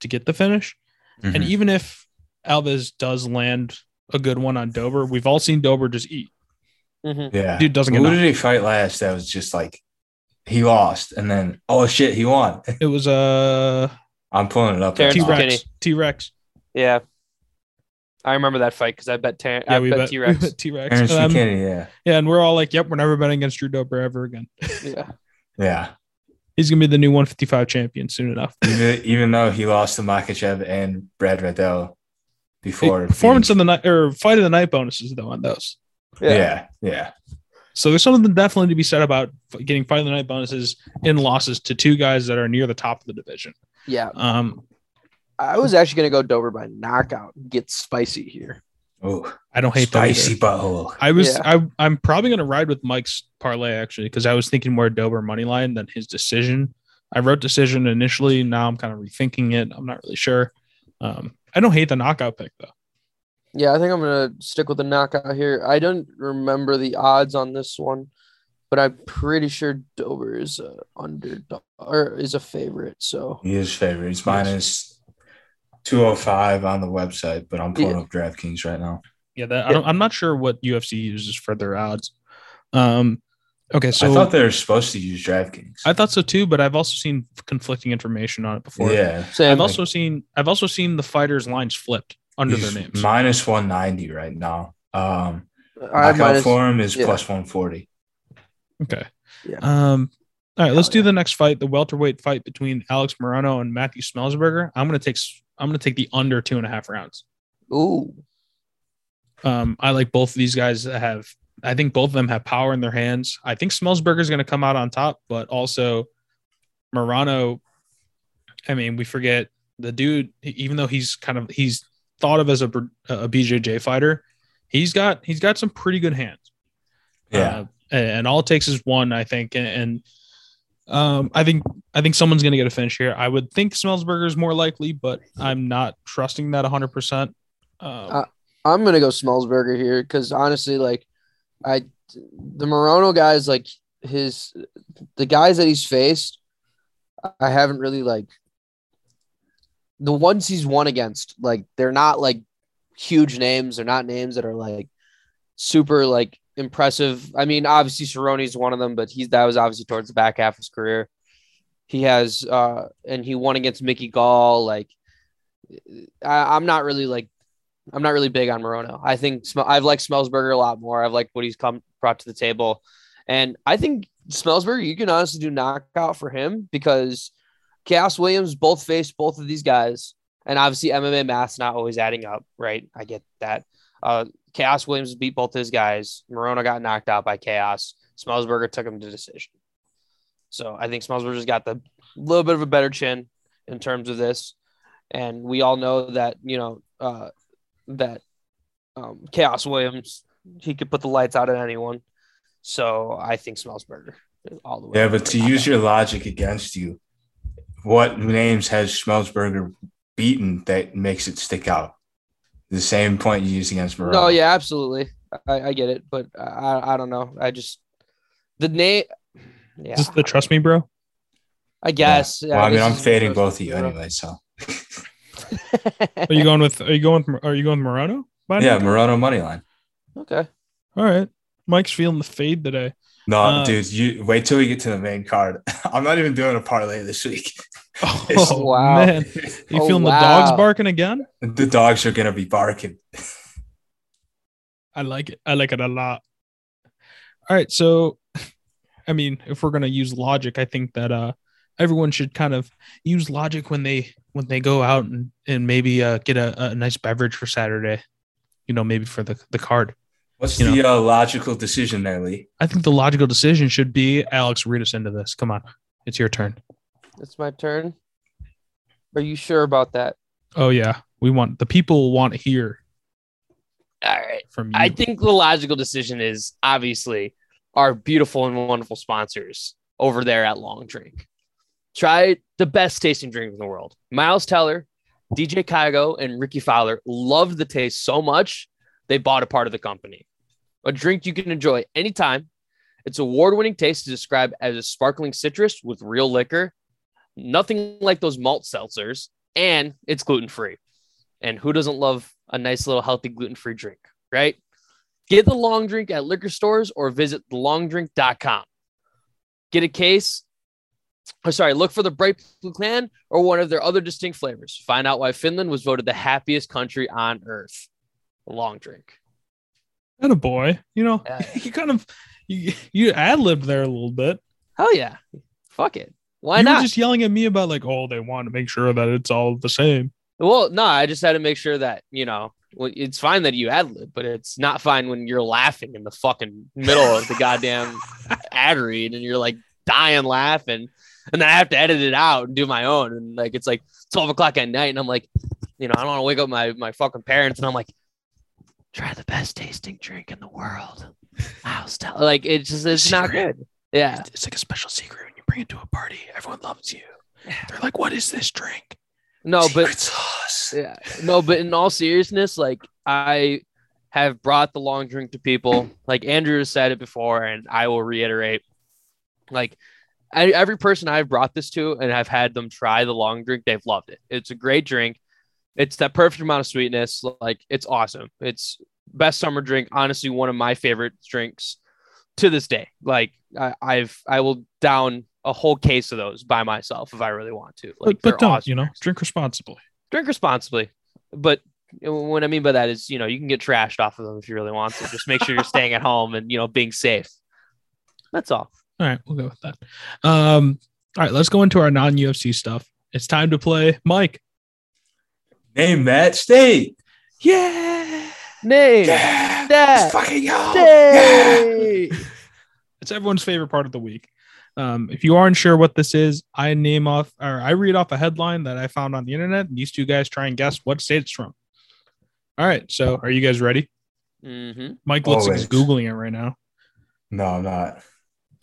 Speaker 1: to get the finish. And even if Alves does land a good one on Dober, we've all seen Dober just eat.
Speaker 4: mhm.
Speaker 3: yeah.
Speaker 1: Dude doesn't get
Speaker 3: Who
Speaker 1: knocked.
Speaker 3: did he fight last that was just like, he lost. And then, oh shit, he won.
Speaker 1: It was uh
Speaker 3: I'm pulling it up.
Speaker 1: T
Speaker 3: right
Speaker 4: Terrence
Speaker 3: now.
Speaker 4: McKinney.
Speaker 1: Rex. T Rex.
Speaker 4: yeah. I remember that fight because I bet Tar- I bet T Rex.
Speaker 1: T Rex.
Speaker 3: Terrence
Speaker 1: Um,
Speaker 3: McKinney, yeah.
Speaker 1: yeah, and we're all like, "Yep, we're never betting against Drew Dober ever again."
Speaker 4: yeah,
Speaker 3: Yeah.
Speaker 1: He's gonna be the new 155 champion soon enough.
Speaker 3: even, even though he lost to Makachev and Brad Riddell before
Speaker 1: Hey, performance
Speaker 3: beating-
Speaker 1: of the night or fight of the night bonuses though on those.
Speaker 4: yeah,
Speaker 3: yeah, yeah.
Speaker 1: So there's something definitely to be said about f- getting fight of the night bonuses in losses to two guys that are near the top of the division.
Speaker 2: Yeah,
Speaker 1: Um,
Speaker 2: I was actually gonna go Dover by knockout. and Get spicy here.
Speaker 3: Oh,
Speaker 1: I don't hate that.
Speaker 3: spicy
Speaker 1: either.
Speaker 3: butthole.
Speaker 1: I was
Speaker 2: Yeah.
Speaker 1: I I'm probably gonna ride with Mike's parlay actually because I was thinking more Dober money line than his decision. I wrote decision initially. Now I'm kind of rethinking it. I'm not really sure. Um, I don't hate the knockout pick though.
Speaker 2: Yeah, I think I'm gonna stick with the knockout here. I don't remember the odds on this one, but I'm pretty sure Dover is a underdog or is a favorite. So
Speaker 3: He is favorite. He's minus 205 on the website, but I'm pulling
Speaker 2: Yeah.
Speaker 3: up DraftKings right now.
Speaker 1: Yeah, that I don't, I'm not sure what UFC uses for their odds. Um, okay, so
Speaker 3: I thought they were supposed to use DraftKings.
Speaker 1: so too, but I've also seen conflicting information on it before.
Speaker 3: yeah.
Speaker 2: Sam,
Speaker 1: I've also seen I've also seen the fighters' lines flipped under their
Speaker 3: He's
Speaker 1: names.
Speaker 3: Minus 190 right now. Um,
Speaker 2: I
Speaker 3: knockout
Speaker 2: minus,
Speaker 3: form is
Speaker 2: yeah.
Speaker 3: plus 140.
Speaker 1: Okay.
Speaker 2: Yeah.
Speaker 1: Um. All right. Let's
Speaker 2: Hell
Speaker 1: do
Speaker 2: yeah.
Speaker 1: the next fight, the welterweight fight between Alex Morano and Matthew Smelsberger. I'm gonna take s- I'm gonna take the under two and a half rounds.
Speaker 2: ooh,
Speaker 1: Um. I like both of these guys that have. I think both of them have power in their hands. I think Smelsberger is gonna come out on top, but also Morano. I mean, we forget the dude. Even though he's kind of he's thought of as a br- a BJJ fighter, he's got he's got some pretty good hands.
Speaker 3: Yeah.
Speaker 1: Uh, and and all it takes is one, I think. And, and um, I think I think someone's going to get a finish here. I would think Smellsberger is more likely, but I'm not trusting that 100. percent
Speaker 2: Uh, I'm gonna go Smellsberger here because honestly, like I, the Morono guys, like his, the guys that he's faced, I haven't really like the ones he's won against. Like they're not like huge names. They're not names that are like super like impressive. I mean, obviously Cerrone's one of them, but he's that was obviously towards the back half of his career. He has, uh, and he won against Mickey Gall. Like, I, I'm not really like I'm not really big on Morono. I think Sm- I've liked Smellsberger a lot more. I've liked what he's come brought to the table, and I think Smellsberger, you can honestly do knockout for him because Cass Williams both faced both of these guys, and obviously MMA math's not always adding up, right? I get that. Uh, Chaos Williams beat both his guys. Morono got knocked out by Chaos. Smellsberger took him to decision. So I think Smellsberger's got the little bit of a better chin in terms of this, and we all know that you know. Uh, that um, Chaos Williams he could put the lights out at anyone. So I think Smellsberger all the way.
Speaker 3: Yeah, but to use your logic against you, what names has Schmelzberger beaten that makes it stick out? The same point you used against Moreno.
Speaker 2: no, yeah, absolutely, I, I get it, but I I don't know. I just the name. Yeah,
Speaker 1: Just the trust me, bro.
Speaker 2: I guess. Yeah,
Speaker 3: Well, I, mean,
Speaker 2: guess
Speaker 3: I'm
Speaker 2: it's the
Speaker 3: fading
Speaker 2: first
Speaker 3: both of you
Speaker 2: one.
Speaker 3: anyway. So
Speaker 1: Are you going with Are you going with, Are you going with Morano? By now?
Speaker 3: yeah, Moreno money line.
Speaker 2: okay.
Speaker 1: All right. Mike's feeling the fade today.
Speaker 3: No,
Speaker 1: Uh,
Speaker 3: dude, you wait till we get to the main card. I'm not even doing a parlay this week. It's-
Speaker 1: Oh
Speaker 2: Wow.
Speaker 1: man, you
Speaker 2: Oh,
Speaker 1: feeling the dogs
Speaker 2: wow.
Speaker 1: barking again?
Speaker 3: The dogs are gonna be barking.
Speaker 1: I like it. I like it a lot. All right, so I mean, if we're gonna use logic, I think that uh everyone should kind of use logic when they when they go out and, and maybe uh get a, a nice beverage for Saturday, you know, maybe for the, the card.
Speaker 3: What's
Speaker 1: You
Speaker 3: the uh, logical decision there, Lee?
Speaker 1: I think the logical decision should be Alex, read us into this. Come on. It's your turn.
Speaker 2: It's my turn. Are you sure about that?
Speaker 1: Oh yeah. We want the people want to hear
Speaker 2: All right.
Speaker 1: from you.
Speaker 5: I think the logical decision is obviously our beautiful and wonderful sponsors over there at Long Drink. Try the best tasting drink in the world. Miles Teller, DJ Kygo, and Ricky Fowler loved the taste so much they bought a part of the company. A drink you can enjoy anytime. Its award winning taste is described as a sparkling citrus with real liquor, nothing like those malt seltzers, and it's gluten free. And who doesn't love a nice little healthy gluten free drink? right? Get the long drink at liquor stores or visit thelongdrink.com. Get a case. Or sorry, look for the Bright Blue Clan or one of their other distinct flavors. Find out why Finland was voted the happiest country on earth. Long drink.
Speaker 1: and a boy, you know,
Speaker 5: Yeah.
Speaker 1: you kind of you, you ad libbed there a little bit.
Speaker 5: Hell yeah. Fuck it. Why
Speaker 1: you
Speaker 5: not?
Speaker 1: were just yelling at me about like, oh, they want to make sure that it's all the same.
Speaker 5: Well, no, I just had to make sure that, you know,
Speaker 2: Well, it's fine that you ad lib, but it's not fine when you're laughing in the fucking middle of the goddamn ad read and you're like dying laughing. And then I have to edit it out and do my own. And like it's like 12 o'clock at night. And I'm like, you know, I don't want to wake up my, my fucking parents. And I'm like, try the best tasting drink in the world. Mouse Tower. Like it's just it's not
Speaker 1: Secret.
Speaker 2: good. Yeah.
Speaker 1: It's like a special secret when you bring it to a party. Everyone loves you. They're like, "What is this drink?"
Speaker 2: No, but
Speaker 3: Secret sauce.
Speaker 2: Yeah. No, but in all seriousness, like I have brought the long drink to people. Like Andrew has said it before, and I will reiterate. Like I, every person I've brought this to, and I've had them try the long drink, they've loved it. It's a great drink. It's that perfect amount of sweetness. Like it's awesome. It's best summer drink. Honestly, one of my favorite drinks to this day. Like I, I've I will down a whole case of those by myself if I really want to. Like
Speaker 1: But, but
Speaker 2: they're
Speaker 1: don't
Speaker 2: awesome
Speaker 1: you know?
Speaker 2: drinks
Speaker 1: Drink responsibly.
Speaker 2: drink responsibly. But what I mean by that is, you know, you can get trashed off of them if you really want to. Just make sure you're staying at home and you know being safe. That's all.
Speaker 1: All right, we'll go with that. Um, all right, let's go into our non-UFC stuff. It's time to play Mike.
Speaker 3: Name match day.
Speaker 1: Yeah.
Speaker 2: Name
Speaker 3: Yeah.
Speaker 2: that
Speaker 3: Let's fucking go. Yeah.
Speaker 2: day.
Speaker 1: It's everyone's favorite part of the week. Um, if you aren't sure what this is, I name off or I read off a headline that I found on the internet, and these two guys try and guess what state it's from. All right, so are you guys ready?
Speaker 2: Mm-hmm.
Speaker 1: Mike looks like he's
Speaker 3: Always.
Speaker 1: googling it right now.
Speaker 3: No, I'm not.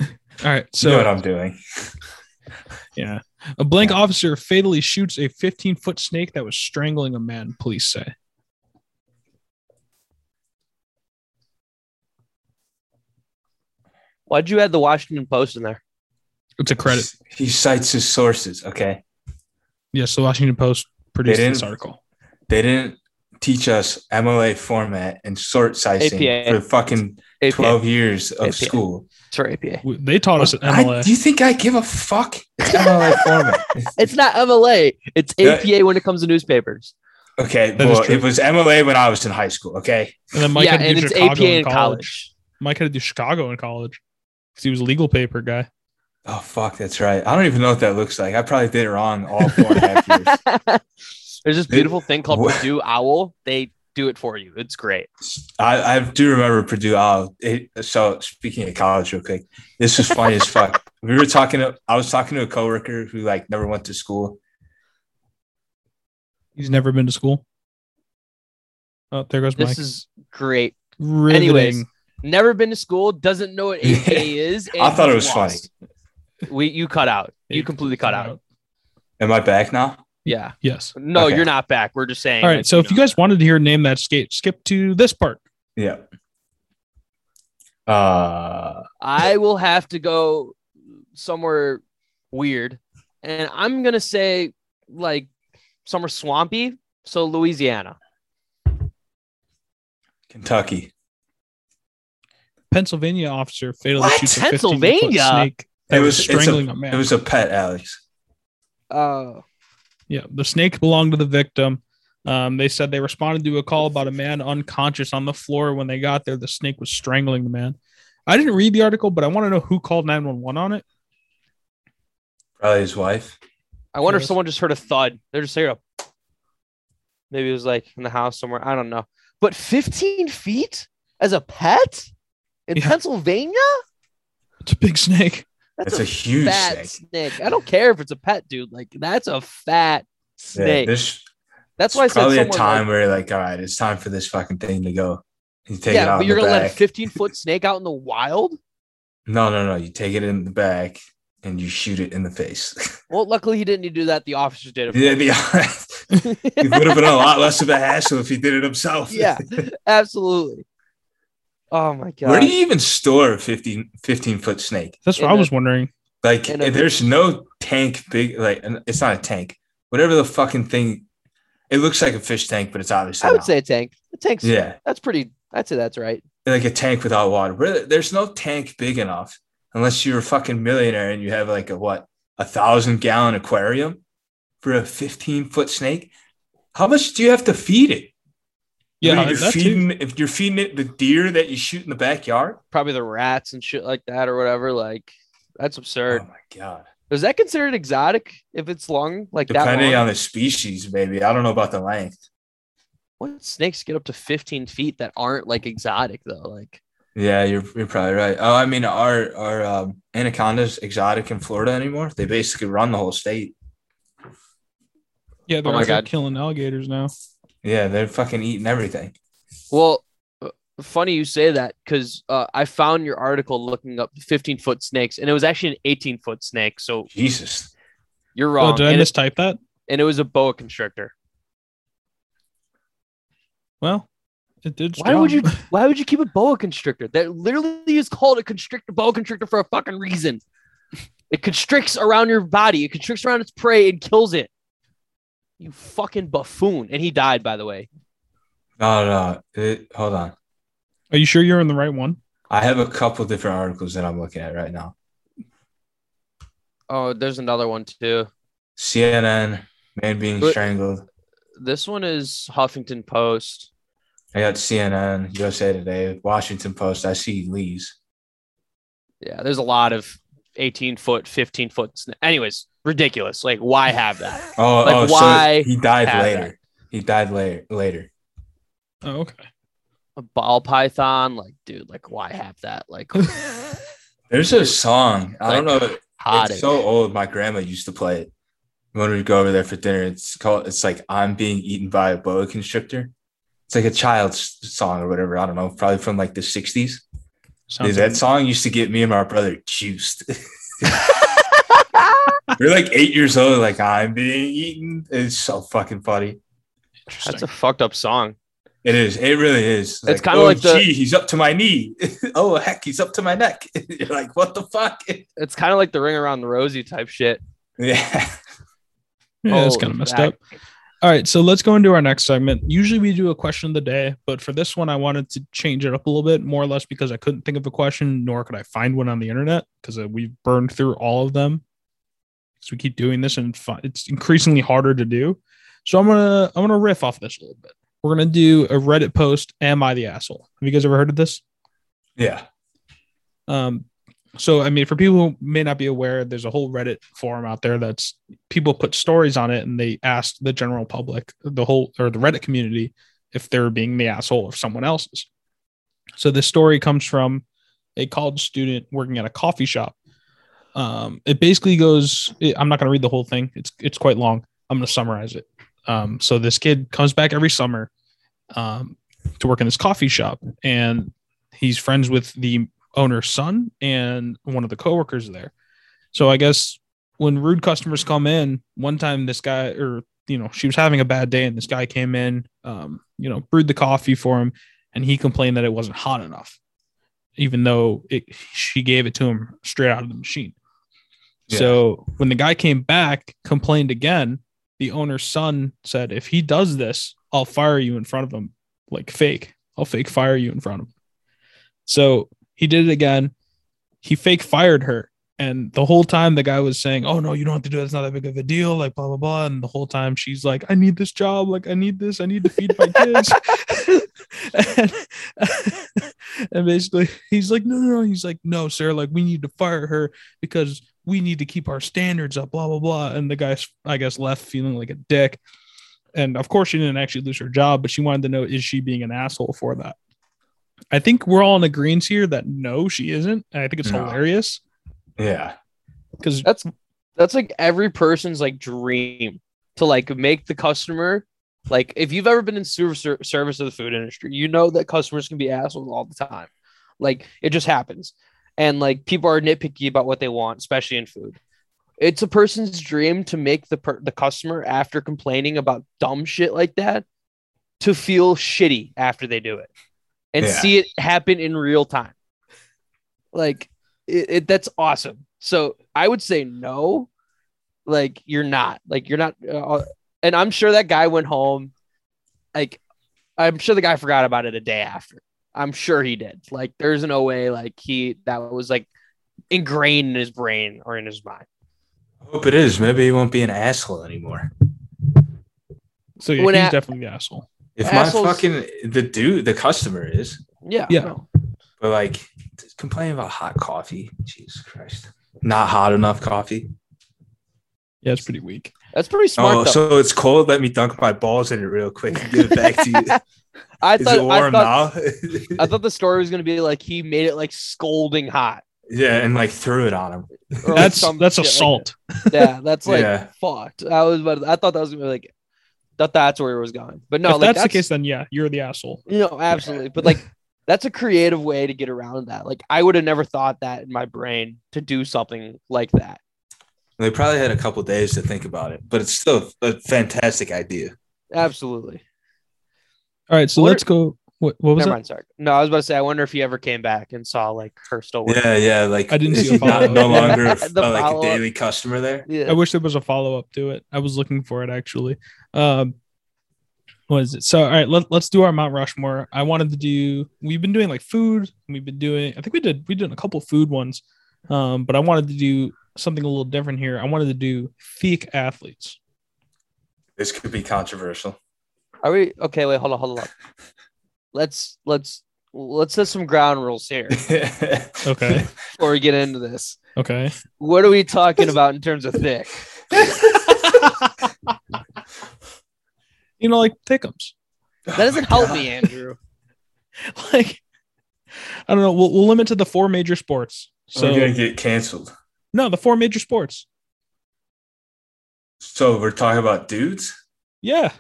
Speaker 1: All right, so
Speaker 3: So, you know what I'm doing.
Speaker 1: yeah, a blank officer fatally shoots a 15 foot snake that was strangling a man. Police say.
Speaker 2: Why'd you add the Washington Post in there?
Speaker 1: It's a credit.
Speaker 3: He cites his sources. Okay.
Speaker 1: Yes, the Washington Post produced
Speaker 3: They
Speaker 1: this
Speaker 3: didn't-
Speaker 1: article.
Speaker 3: They didn't teach us MLA format and sort sizing
Speaker 2: APA.
Speaker 3: for fucking
Speaker 2: APA.
Speaker 3: 12 years of
Speaker 2: APA.
Speaker 3: school.
Speaker 2: It's for APA.
Speaker 1: W- They taught us at
Speaker 3: I,
Speaker 1: MLA.
Speaker 3: do you think I give a fuck? It's MLA format.
Speaker 2: It's not MLA. It's
Speaker 3: Yeah.
Speaker 2: APA when it comes to newspapers.
Speaker 3: Okay.
Speaker 1: That is
Speaker 3: Well,
Speaker 1: true.
Speaker 3: it was MLA when I was in high school. Okay.
Speaker 1: and then Mike
Speaker 2: yeah,
Speaker 1: had to
Speaker 2: and
Speaker 1: do
Speaker 2: it's
Speaker 1: Chicago
Speaker 2: APA in
Speaker 1: in college.
Speaker 2: college.
Speaker 1: Mike had to do Chicago in college because he was a legal paper guy.
Speaker 3: Oh, fuck. That's right. I don't even know what that looks like. I probably did it wrong all four and a half years.
Speaker 2: There's this
Speaker 3: They-
Speaker 2: beautiful thing called
Speaker 3: What?
Speaker 2: Purdue Owl. They do it for you. It's great.
Speaker 3: I, I do remember Purdue. Oh, it, so speaking of college, real quick, this was funny as fuck. We were talking. To, I was talking to a coworker who like never went to school.
Speaker 1: He's never been to school. Oh, there goes Mike.
Speaker 2: This is great
Speaker 1: Riveting.
Speaker 2: Anyways, never been to school, doesn't know what APA
Speaker 3: Yeah.
Speaker 2: is.
Speaker 3: I
Speaker 2: and
Speaker 3: thought it
Speaker 2: he's
Speaker 3: was
Speaker 2: lost. We you cut out. You completely cut out.
Speaker 3: Am I back now?
Speaker 2: Yeah.
Speaker 1: Yes.
Speaker 2: No,
Speaker 3: Okay.
Speaker 2: you're not back. We're just saying.
Speaker 1: All
Speaker 2: that,
Speaker 1: right. So if you
Speaker 2: know.
Speaker 1: guys wanted to hear name that skate, skip to this part.
Speaker 3: Yeah. Uh,
Speaker 2: I will have to go somewhere weird, and I'm gonna say like somewhere swampy. So Louisiana.
Speaker 3: Kentucky.
Speaker 1: Pennsylvania officer fatally
Speaker 2: What?
Speaker 1: shoots a 15 foot
Speaker 2: Pennsylvania?
Speaker 1: snake that
Speaker 3: It
Speaker 1: was,
Speaker 3: was- it's a-
Speaker 1: strangling a, man.
Speaker 3: It was a pet, Alex.
Speaker 2: Uh,
Speaker 1: Yeah, the snake belonged to the victim. Um, they said they responded to a call about a man unconscious on the floor. When they got there, the snake was strangling the man. I didn't read the article, but I want to know who called 911 on it.
Speaker 3: Probably his wife.
Speaker 2: I wonder if
Speaker 1: Yes.
Speaker 2: someone just heard a thud. They're just hearing a. Maybe it was like in the house somewhere. I don't know. But 15 feet as a pet in
Speaker 1: Yeah.
Speaker 2: Pennsylvania.
Speaker 1: It's a big snake.
Speaker 3: That's a huge
Speaker 2: fat
Speaker 3: snake.
Speaker 2: snake. I don't care if it's a pet, dude. Like that's a fat
Speaker 3: Yeah,
Speaker 2: snake.
Speaker 3: there's
Speaker 2: that's why I said
Speaker 3: probably a
Speaker 2: somewhere,
Speaker 3: time
Speaker 2: Like,
Speaker 3: where like, all right, it's time for this fucking thing to go. You take it
Speaker 2: yeah,
Speaker 3: out.
Speaker 2: but
Speaker 3: in
Speaker 2: you're
Speaker 3: the
Speaker 2: gonna let a
Speaker 3: back.
Speaker 2: 15 foot snake out in the wild.
Speaker 3: No, no, no. You take it in the back and you shoot it in the face.
Speaker 2: Well, luckily he didn't do that. The officers did. of
Speaker 3: Yeah, the,
Speaker 2: course.
Speaker 3: it would have been a lot less of a hassle if he did it himself.
Speaker 2: yeah, absolutely. Oh my god.
Speaker 3: Where do you even store a 15, 15 foot snake?
Speaker 1: That's what
Speaker 2: In
Speaker 1: I
Speaker 2: a-
Speaker 1: was wondering.
Speaker 3: Like,
Speaker 2: In a-
Speaker 3: there's no tank big, like, an- it's not a tank. Whatever the fucking thing, it looks like a fish tank, but it's obviously
Speaker 2: I would
Speaker 3: not.
Speaker 2: say a tank. A tank's
Speaker 3: yeah,
Speaker 2: that's pretty. I'd say that's right.
Speaker 3: like a tank without water. Where, there's no tank big enough unless you're a fucking millionaire and you have like a what, a thousand gallon aquarium for a 15 foot snake. How much do you have to feed it?
Speaker 1: Yeah,
Speaker 3: If you're
Speaker 1: that too.
Speaker 3: feeding if you're feeding it the deer that you shoot in the backyard.
Speaker 2: Probably the rats and shit like that or whatever. Like that's absurd.
Speaker 3: Oh my god!
Speaker 2: Is that considered exotic if it's long like that?
Speaker 3: Depending
Speaker 2: long?
Speaker 3: on the species, maybe I don't know about the length.
Speaker 2: What snakes get up to 15 feet that aren't like exotic though? Like
Speaker 3: Yeah, you're, you're probably right. Oh, I mean, are are um, anacondas exotic in Florida anymore? They basically run the whole state.
Speaker 1: Yeah, they're
Speaker 2: Oh my
Speaker 1: out there
Speaker 2: God.
Speaker 1: killing alligators now.
Speaker 3: Yeah, they're fucking eating everything.
Speaker 2: Well, uh, funny you say that because uh, I found your article looking up 15 foot snakes, and it was actually an 18 foot snake. So
Speaker 3: Jesus.
Speaker 2: you're
Speaker 1: Oh,
Speaker 2: wrong.
Speaker 1: did I
Speaker 2: and, it,
Speaker 1: mistype that?
Speaker 2: and it was a boa constrictor.
Speaker 1: Well, it did.
Speaker 2: Why would you? Why would you keep a boa constrictor? That literally is called a constrictor, boa constrictor for a fucking reason. It constricts around your body. It constricts around its prey and kills it. You fucking buffoon! And he died, by the way.
Speaker 3: No, no. uh, It, hold on.
Speaker 1: Are you sure you're in the right one?
Speaker 3: I have a couple different articles that I'm looking at right now.
Speaker 2: Oh, there's another one too.
Speaker 3: CNN, man being
Speaker 2: But-
Speaker 3: strangled.
Speaker 2: This one is Huffington Post.
Speaker 3: I got CNN, USA Today, Washington Post. I see Lee's.
Speaker 2: Yeah, there's a lot of 18 foot, 15 foot. sna- Anyways, ridiculous. Like, why have that?
Speaker 3: Oh,
Speaker 2: Like,
Speaker 3: oh
Speaker 2: why
Speaker 3: so he died
Speaker 2: have
Speaker 3: later. He died later. Later.
Speaker 1: Oh, okay.
Speaker 2: A ball python, like, dude, like, why have that? Like,
Speaker 3: There's a song. I don't know.
Speaker 2: hot.
Speaker 3: It's so old. My grandma used to play it when we would go over there for dinner. It's called. It's like I'm being eaten by a boa constrictor. It's like a child's song or whatever. I don't know. Probably from like the '60s. Dude,
Speaker 1: Sounds
Speaker 3: that song used to get me and my brother juiced. We're like eight years old. Like I'm being eaten. It's so fucking funny.
Speaker 1: interesting.
Speaker 2: That's a fucked up song.
Speaker 3: It is. It really is. It's
Speaker 2: kinda like the-
Speaker 3: gee, he's up to my knee. oh heck, he's up to my neck. You're like, what the fuck?
Speaker 2: It's kind of like the ring around the rosy type shit.
Speaker 3: yeah.
Speaker 1: yeah, that's
Speaker 2: Oh,
Speaker 1: kind of messed
Speaker 2: that-
Speaker 1: up. All right, so let's go into our next segment. Usually we do a question of the day, but for this one, I wanted to change it up a little bit, more or less because I couldn't think of a question, nor could I find one on the internet because we've burned through all of them. So we keep doing this, and fi- it's increasingly harder to do. So I'm gonna I'm gonna riff off this a little bit. We're gonna do a Reddit post. Am I the asshole? Have you guys ever heard of this?
Speaker 3: Yeah.
Speaker 1: Um, so I mean, for people who may not be aware, there's a whole Reddit forum out there that's people put stories on it and they asked the general public, the whole or the Reddit community, if they're being the asshole of someone else's. So this story comes from a college student working at a coffee shop. Um, it basically goes. it- I'm not going to read the whole thing. It's it's quite long. I'm going to summarize it. Um, so this kid comes back every summer um, to work in this coffee shop, and he's friends with the owner's son and one of the coworkers there. So I guess when rude customers come in, one time this guy or you know she was having a bad day and this guy came in, um, you know, brewed the coffee for him, and he complained that it wasn't hot enough, even though it, she gave it to him straight out of the machine.
Speaker 3: Yeah.
Speaker 1: So when the guy came back, complained again, the owner's son said, "If he does this, I'll fire you in front of him, like fake. I'll fake fire you in front of him." So he did it again. He fake fired her. And the whole time the guy was saying, Oh no, you don't have to do that. It's not that big of a deal. Like blah blah blah. And the whole time she's like, I need this job. Like, I need this. I need to feed my kids. and, and basically he's like, No, no, no. He's like, No, sir, like we need to fire her because we need to keep our standards up, blah blah blah. And the guy I guess left feeling like a dick. And of course she didn't actually lose her job, but she wanted to know is she being an asshole for that? I think we're all in agreement here that no, she isn't. And I think it's
Speaker 3: No.
Speaker 1: hilarious
Speaker 3: Yeah.
Speaker 1: because
Speaker 2: That's that's like every person's like dream to like make the customer like if you've ever been in service service of the food industry, you know that customers can be assholes all the time. Like it just happens. And like people are nitpicky about what they want, especially in food. It's a person's dream to make the per- the customer after complaining about dumb shit like that to feel shitty after they do it and
Speaker 3: Yeah.
Speaker 2: see it happen in real time. Like it, it that's awesome. So I would say no, like you're not, like you're not, uh, and I'm sure that guy went home, like I'm sure the guy forgot about it a day after. I'm sure he did. Like there's no way, like he that was like ingrained in his brain or in his mind.
Speaker 3: I hope it is. Maybe he won't be an asshole anymore.
Speaker 1: so yeah,
Speaker 2: when
Speaker 1: he's
Speaker 2: a-
Speaker 1: definitely the asshole.
Speaker 3: If
Speaker 2: Assholes-
Speaker 3: my fucking the dude, the customer is,
Speaker 2: Yeah,
Speaker 1: Yeah.
Speaker 2: no.
Speaker 3: but like complaining about hot coffee. Jesus Christ. Not hot enough coffee.
Speaker 1: Yeah, it's pretty weak.
Speaker 2: That's pretty smart.
Speaker 3: Oh,
Speaker 2: though.
Speaker 3: so it's cold. Let me dunk my balls in it real quick and give it back to you.
Speaker 2: I
Speaker 3: Is
Speaker 2: thought
Speaker 3: it
Speaker 2: I
Speaker 3: warm
Speaker 2: thought,
Speaker 3: now?
Speaker 2: I thought the story was gonna be like he made it like scolding hot.
Speaker 3: yeah, and like threw it on him.
Speaker 2: or, like,
Speaker 1: That's
Speaker 2: some
Speaker 1: that's
Speaker 2: shit like
Speaker 1: assault.
Speaker 2: that. yeah, that's like
Speaker 3: Yeah.
Speaker 2: fucked. I was about to- I thought that was gonna be like that. That's where it was going. But no,
Speaker 6: if
Speaker 2: like
Speaker 6: that's, the case, then yeah, you're the asshole.
Speaker 2: No, absolutely. But like that's a creative way to get around that. Like I would have never thought that in my brain to do something like that.
Speaker 3: They probably had a couple days to think about it, but it's still a fantastic idea.
Speaker 2: Absolutely.
Speaker 1: All right, so
Speaker 2: What are-
Speaker 1: let's go. What, what was
Speaker 2: Never
Speaker 1: that?
Speaker 2: mind, sorry. No, I was about to say I wonder if he ever came back and saw like her still working.
Speaker 3: Yeah, yeah. Like
Speaker 1: I didn't
Speaker 3: is
Speaker 1: see a
Speaker 3: he not,
Speaker 1: follow-up.
Speaker 3: no longer a-
Speaker 2: The
Speaker 3: like a
Speaker 2: follow-up.
Speaker 3: daily customer there.
Speaker 2: Yeah.
Speaker 1: I wish there was a follow up to it. I was looking for it actually. Um, what is it? So all right, let, let's do our Mount Rushmore. I wanted to do. We've been doing like food. and We've been doing. I think we did. We did a couple food ones. Um, but I wanted to do something a little different here. I wanted to do fake athletes.
Speaker 3: This could be controversial.
Speaker 2: Are we okay? Wait, hold on, hold on. Let's let's let's set some ground rules here
Speaker 1: Okay.
Speaker 2: before we get into this.
Speaker 1: Okay.
Speaker 2: What are we talking about in terms of thick?
Speaker 1: You know, like pickums.
Speaker 2: That doesn't help me, Andrew.
Speaker 1: Like, I don't know. We'll, we'll limit to the four major sports.
Speaker 3: So
Speaker 1: So
Speaker 3: we're gonna get canceled.
Speaker 1: no, the four major sports.
Speaker 3: So we're talking about dudes.
Speaker 1: Yeah.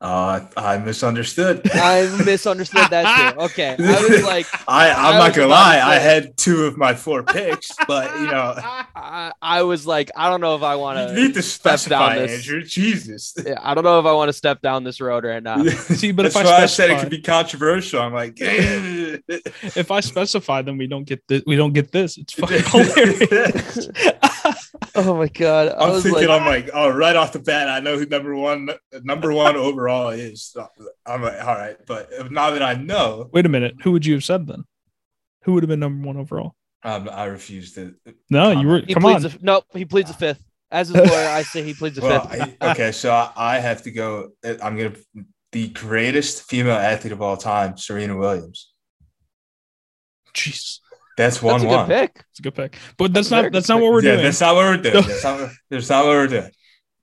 Speaker 3: Uh, I misunderstood.
Speaker 2: I misunderstood that too. Okay. I was like,
Speaker 3: I, I'm
Speaker 2: I
Speaker 3: not
Speaker 2: was
Speaker 3: gonna
Speaker 2: about
Speaker 3: lie.
Speaker 2: to
Speaker 3: I
Speaker 2: say-
Speaker 3: had two of my four picks, but you know,
Speaker 2: I, I was like, I don't know if I want
Speaker 3: you need to specify,
Speaker 2: down this.
Speaker 3: Andrew. Jesus.
Speaker 2: Yeah, I don't know if I want to step down this road right now.
Speaker 1: See, but
Speaker 3: That's
Speaker 1: if I,
Speaker 3: why
Speaker 1: specify,
Speaker 3: I, said it could be controversial. I'm like,
Speaker 1: if I specify, then we don't get this. We don't get this. It's fucking hilarious.
Speaker 2: oh my god! I
Speaker 3: I'm
Speaker 2: was
Speaker 3: thinking,
Speaker 2: like,
Speaker 3: I'm like, oh, right off the bat, I know who number one, number one overall is. I'm like, all right, but now that I know,
Speaker 1: Wait a minute. Who would you have said then? Who would have been number one overall?
Speaker 3: um, I refuse to.
Speaker 1: No, you were.
Speaker 2: Um, he
Speaker 1: Come on.
Speaker 2: pleads a, nope. He pleads a fifth. As his lawyer, I say he pleads a
Speaker 3: Well,
Speaker 2: fifth.
Speaker 3: I, okay, so I, I have to go. eh, I'm gonna the greatest female athlete of all time, Serena Williams.
Speaker 1: Jeez,
Speaker 3: That's one
Speaker 2: That's a good
Speaker 3: one.
Speaker 2: pick.
Speaker 1: it's a good pick. But that's
Speaker 2: Very
Speaker 1: not.
Speaker 2: good
Speaker 1: That's not
Speaker 2: pick.
Speaker 1: what we're
Speaker 3: yeah,
Speaker 1: doing.
Speaker 3: that's not what we're
Speaker 1: No.
Speaker 3: doing. That's not, what- that's not what we're doing.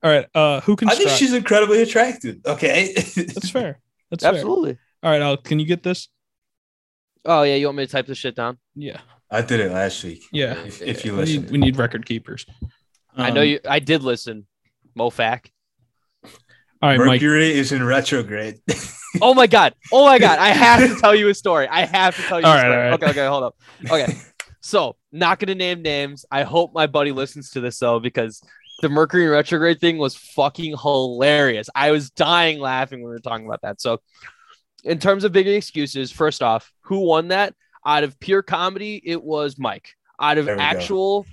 Speaker 1: All right. Uh, who can?
Speaker 3: I think
Speaker 1: strike?
Speaker 3: she's incredibly attractive. Okay,
Speaker 1: That's fair. That's
Speaker 2: Absolutely.
Speaker 1: fair. All right, Al. Can you get this?
Speaker 2: Oh yeah, you want me to type this shit down?
Speaker 1: Yeah.
Speaker 3: I did it last week.
Speaker 1: Yeah.
Speaker 3: If, if you
Speaker 1: We need, we
Speaker 3: listen,
Speaker 1: need record keepers.
Speaker 2: I know
Speaker 1: Um,
Speaker 2: you. I did listen. Mofac.
Speaker 1: All right, Mike.
Speaker 3: Mercury is in retrograde.
Speaker 2: Oh my god. Oh my god. I have to tell you a story. I have to tell you
Speaker 1: All
Speaker 2: a
Speaker 1: right,
Speaker 2: story.
Speaker 1: all right.
Speaker 2: Okay, okay, hold up. Okay. So not gonna name names. I hope my buddy listens to this though, because the Mercury in retrograde thing was fucking hilarious. I was dying laughing when we were talking about that. So in terms of big excuses, first off, who won that? Out of pure comedy, it was Mike. Out of
Speaker 3: There we go.
Speaker 2: actual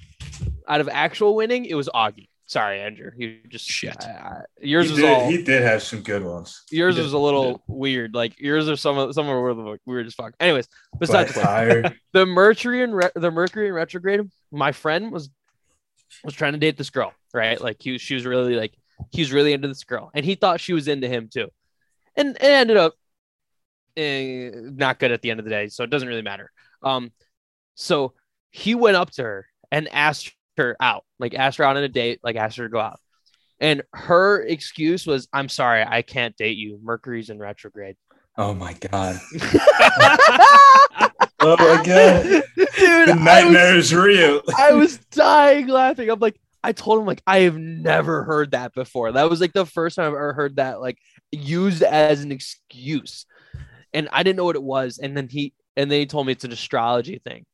Speaker 2: out of actual winning, it was Augie. Sorry, Andrew. You just
Speaker 1: Shit.
Speaker 2: I- I- yours
Speaker 3: he,
Speaker 2: was
Speaker 3: did,
Speaker 2: all
Speaker 3: he did have some good ones.
Speaker 2: yours
Speaker 1: Yeah,
Speaker 2: was a little weird. Like yours are some of some of were the weird as fuck. Anyways,
Speaker 3: But
Speaker 2: besides the point,
Speaker 3: tired.
Speaker 2: the Mercury and re- the Mercury in retrograde, my friend was was trying to date this girl, right? Like he was, she was really like he was really into this girl, and he thought she was into him too, and it ended up eh, not good at the end of the day. So it doesn't really matter. Um, so he went up to her and asked her out, like asked her out on a date, like asked her to go out. And her excuse was, "I'm sorry, I can't date you. Mercury's in retrograde."
Speaker 3: Oh my god.
Speaker 2: Dude,
Speaker 3: Oh my god. The
Speaker 2: I was
Speaker 3: nightmare is real.
Speaker 2: I was dying laughing. I'm like, I told him like I have never heard that before. That was like the first time I've ever heard that like used as an excuse, and I didn't know what it was. And then he and then he told me it's an astrology thing.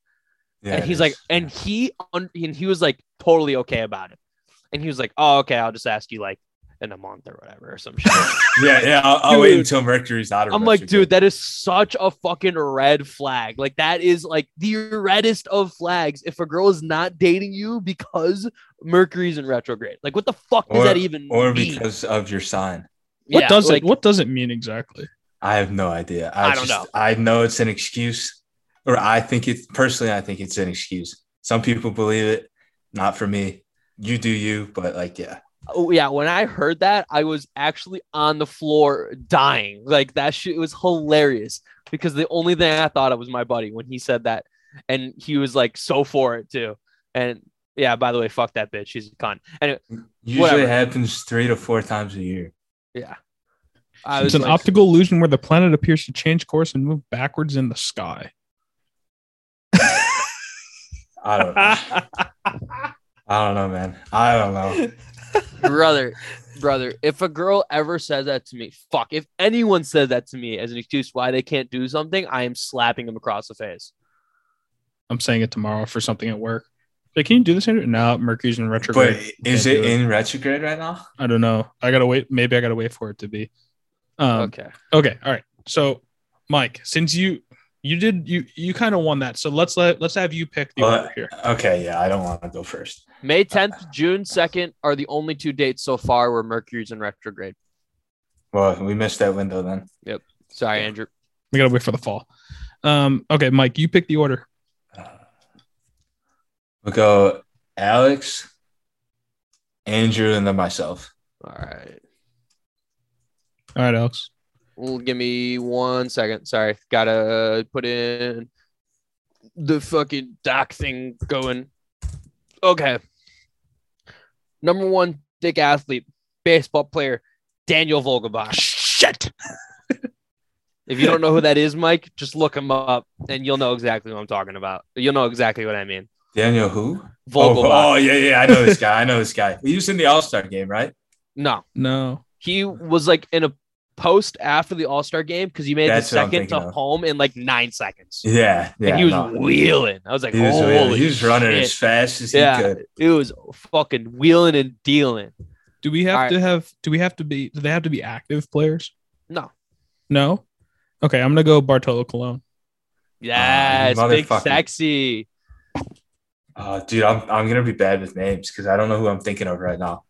Speaker 3: Yeah,
Speaker 2: and
Speaker 3: it
Speaker 2: he's
Speaker 3: is.
Speaker 2: like, and he un- and he was like totally okay about it. And he was like, oh okay, I'll just ask you like in a month or whatever or some shit.
Speaker 3: yeah, yeah. I'll, I'll wait
Speaker 2: Dude.
Speaker 3: until Mercury's out of.
Speaker 2: I'm like, dude,
Speaker 3: retrograde.
Speaker 2: that is such a fucking red flag. Like, that is like the reddest of flags. If a girl is not dating you because Mercury's in retrograde, like, what the fuck does
Speaker 3: Or-
Speaker 2: that even
Speaker 3: or
Speaker 2: mean?
Speaker 3: because of your sign.
Speaker 1: What
Speaker 2: Yeah,
Speaker 1: does
Speaker 2: like,
Speaker 1: it? What does it mean exactly?
Speaker 3: I have no idea.
Speaker 2: I don't know.
Speaker 3: I know it's an excuse, or I think it's personally. I think it's an excuse. Some people believe it. Not for me. You do you, but like, yeah.
Speaker 2: oh, yeah, when I heard that, I was actually on the floor dying. Like, that shit was hilarious because the only thing I thought of was my buddy when he said that, and he was like so for it too. And Yeah, by the way, fuck that bitch. She's a cunt. Anyway,
Speaker 3: Usually
Speaker 2: Whatever.
Speaker 3: happens three to four times a year.
Speaker 2: yeah. I
Speaker 6: It's
Speaker 2: was
Speaker 6: an
Speaker 2: like,
Speaker 6: optical illusion where the planet appears to change course and move backwards in the sky.
Speaker 3: I don't know. I don't know, man. I don't know.
Speaker 2: brother, brother, if a girl ever says that to me, fuck, if anyone says that to me as an excuse why they can't do something, I am slapping them across the face.
Speaker 1: I'm saying it tomorrow for something at work. Like, can you do this? Andrew? No, Mercury's in retrograde.
Speaker 3: But is
Speaker 1: Can't
Speaker 3: it
Speaker 1: do
Speaker 3: in retrograde right now?
Speaker 1: I don't know. I gotta wait. Maybe I gotta wait for it to be. Um,
Speaker 2: okay.
Speaker 1: okay. All right. So, Mike, since you you did you you kind of won that, so let's let let's have you pick the
Speaker 3: Uh,
Speaker 1: order here.
Speaker 3: Okay, yeah, I don't want to go first.
Speaker 2: May 10th, June 2nd are the only two dates so far where Mercury's in retrograde.
Speaker 3: Well, we missed that window then.
Speaker 2: Sorry, Andrew.
Speaker 1: We gotta wait for the fall. Um, okay, Mike, you pick the order.
Speaker 3: We'll go Alex, Andrew, and then myself.
Speaker 2: All right.
Speaker 1: All right, Alex.
Speaker 2: Well, give me one second. Sorry. Gotta put in the fucking doc thing going. Okay. Number one dick athlete, baseball player, Daniel Vogelbach.
Speaker 1: Shit.
Speaker 2: If you don't know who that is, Mike, just look him up and you'll know exactly what I'm talking about. You'll know exactly what I mean.
Speaker 3: Daniel, who? Oh,
Speaker 2: Vogelbach.
Speaker 3: oh, yeah, yeah. I know this guy. I know this guy. He was in the All Star game, right?
Speaker 2: No.
Speaker 1: No.
Speaker 2: He was like in a post after the All Star game because he made
Speaker 3: That's
Speaker 2: the
Speaker 3: what I'm
Speaker 2: second to
Speaker 3: thinking of.
Speaker 2: home in like nine seconds.
Speaker 3: Yeah, yeah.
Speaker 2: and he was
Speaker 3: no.
Speaker 2: wheeling. I was like,
Speaker 3: He was,
Speaker 2: holy
Speaker 3: really- he was running
Speaker 2: shit.
Speaker 3: as fast as
Speaker 2: Yeah.
Speaker 3: he could.
Speaker 2: It was fucking wheeling and dealing.
Speaker 1: Do we have
Speaker 2: All right.
Speaker 1: to have? Do we have to be? Do they have to be active players?
Speaker 3: Ah,
Speaker 2: No.
Speaker 1: No. Okay, I'm gonna go Bartolo Colon.
Speaker 2: Yes, big
Speaker 3: motherfucker.
Speaker 2: sexy.
Speaker 3: Oh, dude, I'm, I'm going to be bad with names because I don't know who I'm thinking of right now.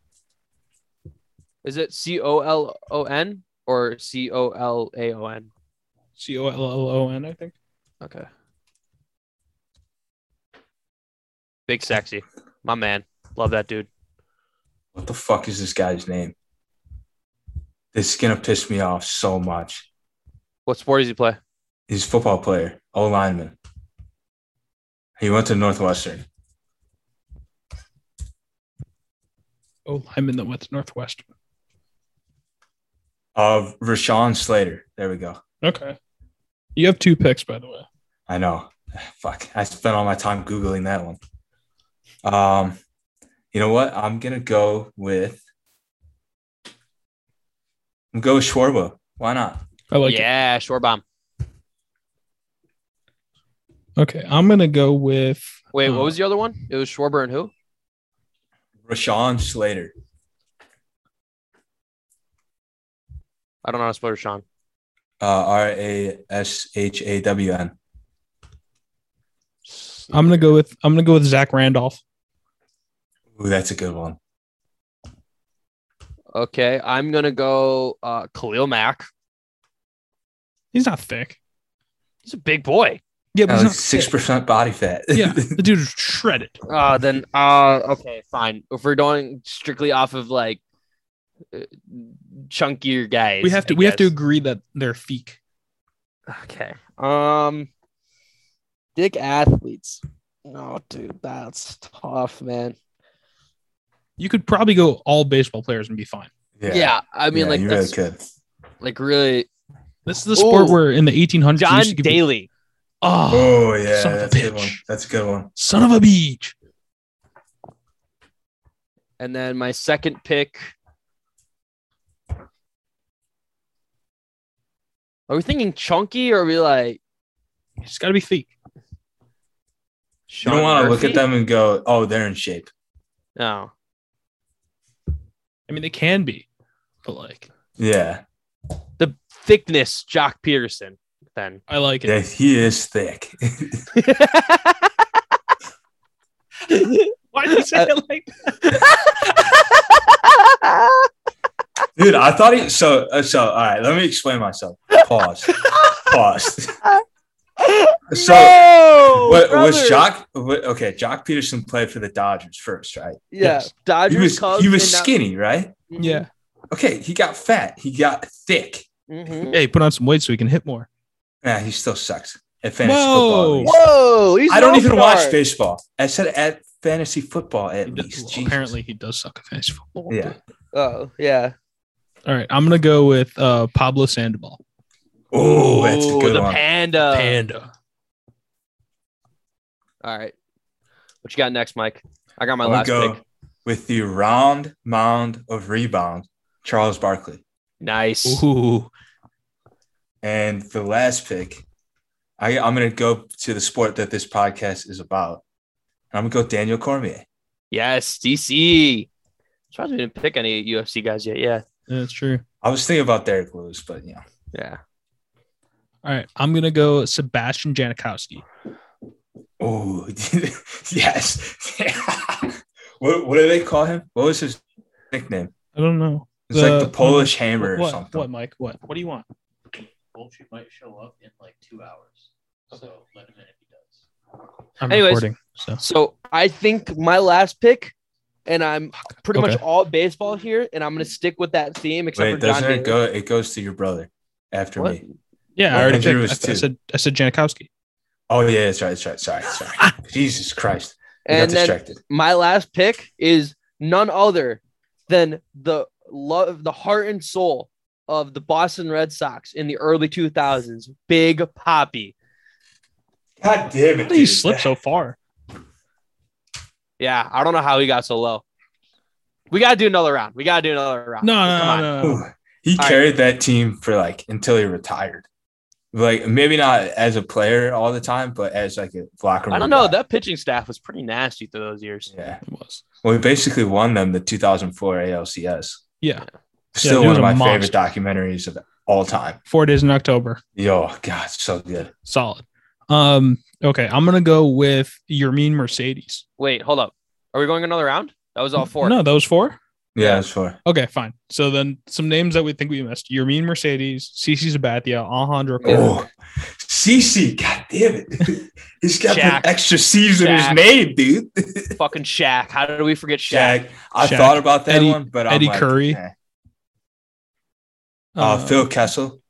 Speaker 2: Is it C O L O N or C O L A O N?
Speaker 1: C O L L O N. I think.
Speaker 2: Okay. Big sexy. My man. Love that dude.
Speaker 3: What the fuck is this guy's name? This is going to piss me off so much.
Speaker 2: What sport does he play?
Speaker 3: He's a football player, O lineman. He went to Northwestern.
Speaker 1: Oh, I'm in the West Northwest.
Speaker 3: Uh, Rashawn Slater. There we go.
Speaker 1: Okay. You have two picks, by the way.
Speaker 3: I know. Fuck. I spent all my time Googling that one. Um, you know what? I'm going to go with. I'm going to go with Schwarber. Why not?
Speaker 1: I like it.
Speaker 2: yeah, short bomb.
Speaker 1: Okay, I'm gonna go with
Speaker 2: Wait,
Speaker 1: Uh,
Speaker 2: what was the other one? It was Schwarber and who?
Speaker 3: Rashawn Slater.
Speaker 2: I don't know how to spell Sean.
Speaker 3: Uh, R A S H A W N.
Speaker 1: I'm gonna go with I'm gonna go with Zach Randolph.
Speaker 3: Ooh, that's a good one.
Speaker 2: Okay, I'm gonna go uh Khalil Mack.
Speaker 1: He's not thick.
Speaker 2: He's a big boy.
Speaker 1: Yeah, but he's not
Speaker 3: Oh, Uh, Six
Speaker 1: thick.
Speaker 3: percent body fat.
Speaker 1: Yeah, the dude is shredded.
Speaker 2: Uh then uh okay, fine. If we're going strictly off of like uh, chunkier guys,
Speaker 1: We have to
Speaker 2: I
Speaker 1: we have to
Speaker 2: guess.
Speaker 1: agree that they're feek.
Speaker 2: Okay. Um, dick athletes. Oh, dude, that's tough, man.
Speaker 1: You could probably go all baseball players and be fine.
Speaker 2: Yeah, I mean,
Speaker 3: Yeah,
Speaker 2: like
Speaker 3: you
Speaker 2: that's
Speaker 3: really could.
Speaker 2: like really.
Speaker 1: This is the sport
Speaker 2: Ooh.
Speaker 1: where in the 1800s, you
Speaker 2: John
Speaker 1: used to give-
Speaker 2: Daly.
Speaker 1: Oh,
Speaker 3: Oh yeah,
Speaker 1: son of a
Speaker 3: that's a good
Speaker 1: bitch.
Speaker 3: one. That's a good one.
Speaker 1: son of a beach.
Speaker 2: And then my second pick. Are we thinking chunky or are we like?
Speaker 1: It's got to be thick.
Speaker 3: You
Speaker 2: Sean
Speaker 3: don't want to look
Speaker 2: Murphy?
Speaker 3: at them and go, "Oh, they're in shape."
Speaker 2: No.
Speaker 1: I mean, they can be, but like,
Speaker 3: Yeah,
Speaker 2: The thickness, Jock Peterson. Then.
Speaker 1: I like it.
Speaker 3: yeah, he is thick.
Speaker 1: Why did you
Speaker 3: Uh,
Speaker 1: say it like?
Speaker 3: Dude, I thought he. So, uh, so all right. Let me explain myself. Pause. Pause. So,
Speaker 2: No,
Speaker 3: what, was
Speaker 2: brother.
Speaker 3: Jock? What, okay, Jock Peterson played for the Dodgers first, right?
Speaker 2: Yeah,
Speaker 1: Yes.
Speaker 2: Dodgers.
Speaker 3: He was
Speaker 2: Cubs,
Speaker 3: he was
Speaker 2: and now- Mm-hmm.
Speaker 3: skinny, right?
Speaker 1: Yeah.
Speaker 3: Okay, he got fat. He got thick.
Speaker 2: Mhm.
Speaker 1: Hey, put on some weight so we can hit more.
Speaker 3: Nah, he still sucks at fantasy
Speaker 1: Whoa.
Speaker 3: football. at least.
Speaker 2: Whoa! He's
Speaker 3: I
Speaker 2: an
Speaker 3: don't even
Speaker 2: all-star.
Speaker 3: watch baseball. I said at fantasy football at
Speaker 1: He does-
Speaker 3: least.
Speaker 1: well,
Speaker 3: Jesus.
Speaker 1: apparently, he does suck at fantasy football.
Speaker 3: Yeah.
Speaker 2: Oh yeah.
Speaker 1: All right, I'm gonna go with uh, Pablo Sandoval.
Speaker 3: Oh, that's a
Speaker 2: Ooh,
Speaker 3: good
Speaker 2: the
Speaker 3: one.
Speaker 2: panda.
Speaker 1: Panda.
Speaker 2: All right. What you got next, Mike? I got my
Speaker 3: I'm gonna
Speaker 2: last
Speaker 3: go
Speaker 2: pick.
Speaker 3: with the round mound of rebound, Charles Barkley.
Speaker 2: Nice.
Speaker 1: Ooh,
Speaker 3: And the last pick, I, I'm going to go to the sport that this podcast is about. And I'm going to go Daniel Cormier.
Speaker 2: Yes, DC. Surprised we didn't pick any UFC guys yet. Yeah.
Speaker 1: that's true.
Speaker 3: I was thinking about Derek Lewis, but you know,
Speaker 2: Yeah.
Speaker 1: All right, I'm gonna go Sebastian Janikowski.
Speaker 3: oh yes. what, what do they call him? What was his nickname?
Speaker 1: I don't know.
Speaker 3: It's
Speaker 1: The-
Speaker 3: like the Polish Hammer
Speaker 1: Uh, what,
Speaker 3: or something.
Speaker 1: What, Mike? What? What do you want?
Speaker 7: Bullshit might show up in like two hours. So let him in if he does.
Speaker 1: I'm
Speaker 2: Anyways.
Speaker 1: recording. So
Speaker 2: So I think my last pick, and I'm pretty much
Speaker 1: Okay.
Speaker 2: all baseball here, and I'm gonna stick with that theme except
Speaker 3: Wait,
Speaker 2: for John.
Speaker 3: doesn't
Speaker 2: Daly.
Speaker 3: it go? It goes to your brother after
Speaker 2: What?
Speaker 3: me.
Speaker 1: yeah,
Speaker 3: Well,
Speaker 1: I already
Speaker 3: Andrew
Speaker 1: picked.
Speaker 3: was
Speaker 1: I, th- I
Speaker 3: two.
Speaker 1: said I said Janikowski.
Speaker 3: Oh yeah, that's right. That's right. Sorry, sorry. Jesus Christ, I got
Speaker 2: And then
Speaker 3: distracted.
Speaker 2: my last pick is none other than the love, the heart and soul of the Boston Red Sox in the early 2000s, Big Poppy.
Speaker 3: God damn it!
Speaker 1: He
Speaker 3: dude.
Speaker 1: slipped so far.
Speaker 2: Yeah, I don't know how he got so low. We gotta do another round. We gotta do another
Speaker 3: Ah,
Speaker 2: round.
Speaker 1: No,
Speaker 2: Come
Speaker 1: no,
Speaker 2: on.
Speaker 1: no, no, no.
Speaker 3: Ooh, Um, he
Speaker 2: All right.
Speaker 3: carried that team for like until he retired. Like maybe not as a player all the time, but as like a locker room.
Speaker 2: I don't know.
Speaker 3: guy.
Speaker 2: That pitching staff was pretty nasty through those years.
Speaker 3: yeah.
Speaker 1: It was.
Speaker 3: Well, he basically won them the 2004 ALCS.
Speaker 1: Yeah,
Speaker 3: Still
Speaker 1: he
Speaker 3: one
Speaker 1: was
Speaker 3: of my
Speaker 1: a
Speaker 3: favorite documentaries of all time.
Speaker 1: four days in October.
Speaker 3: Yo, God, so good.
Speaker 1: Solid. Um. Okay, I'm gonna go with your mean Mercedes.
Speaker 2: Wait, hold up. Are we going another round? That was all four.
Speaker 1: No, those four.
Speaker 3: Yeah, that's for
Speaker 1: Okay, fine. So then some names that we think we missed: your mean Mercedes, CC Sabathia, Alejandro. Kirk.
Speaker 3: Oh, CC, God damn it. He's got
Speaker 2: Shaq.
Speaker 3: that extra C's in
Speaker 2: Shaq.
Speaker 3: his name, dude.
Speaker 2: Fucking Shaq. How did we forget Shaq?
Speaker 3: Shaq. I
Speaker 1: Shaq.
Speaker 3: thought about that
Speaker 1: Eddie-
Speaker 3: one, but
Speaker 1: Eddie
Speaker 3: I'm like,
Speaker 1: Curry. Um,
Speaker 3: eh. Uh, Phil Kessel.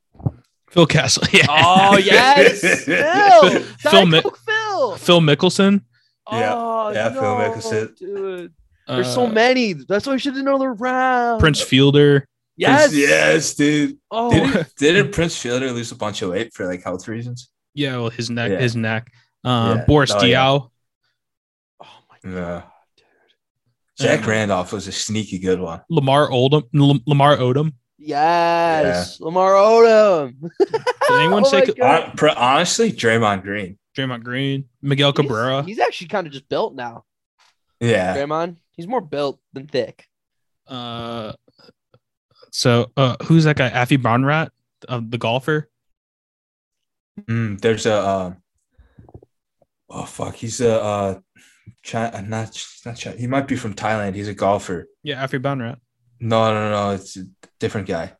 Speaker 1: Phil Castle. Yeah.
Speaker 2: Oh yes, Phil.
Speaker 1: Phil Mi-
Speaker 2: Diet Coke
Speaker 3: Oh.
Speaker 2: Phil.
Speaker 1: Phil Mickelson.
Speaker 3: Yeah.
Speaker 2: Oh,
Speaker 3: Yeah, Phil
Speaker 2: no,
Speaker 3: Mickelson.
Speaker 2: Dude. There's
Speaker 1: uh,
Speaker 2: so many. That's why we should do another round.
Speaker 1: Prince Fielder.
Speaker 2: Yes.
Speaker 3: Yes, dude.
Speaker 2: Oh,
Speaker 3: Didn't, didn't Prince Fielder lose a bunch of weight for like health reasons?
Speaker 1: Yeah, well, his neck,
Speaker 3: Yeah.
Speaker 1: his neck. Uh,
Speaker 3: Yeah.
Speaker 1: Boris
Speaker 3: Oh, yeah.
Speaker 1: Diaw.
Speaker 2: oh my god.
Speaker 3: No.
Speaker 2: dude.
Speaker 3: Jack
Speaker 1: Um,
Speaker 3: Randolph was a sneaky good one.
Speaker 1: Lamar Odom. L- Lamar Odom.
Speaker 2: Yes. Lamar Odom.
Speaker 1: Did anyone
Speaker 2: Oh
Speaker 1: say
Speaker 2: my
Speaker 1: K-
Speaker 2: God.
Speaker 3: Hon- pro- honestly, Draymond Green.
Speaker 1: Draymond Green, Miguel Cabrera,
Speaker 2: He's, he's actually kind of just built now,
Speaker 3: Yeah.
Speaker 2: Draymond. He's more built than thick.
Speaker 1: Uh, so uh, who's that guy? Afi Bonrat, uh, the golfer.
Speaker 3: Mm, there's a. Uh, oh fuck, he's a. Uh, China, not Ch- not China. He might be from Thailand. He's a golfer.
Speaker 1: Yeah, Afi Bonrat.
Speaker 3: No, no, no. It's a different guy.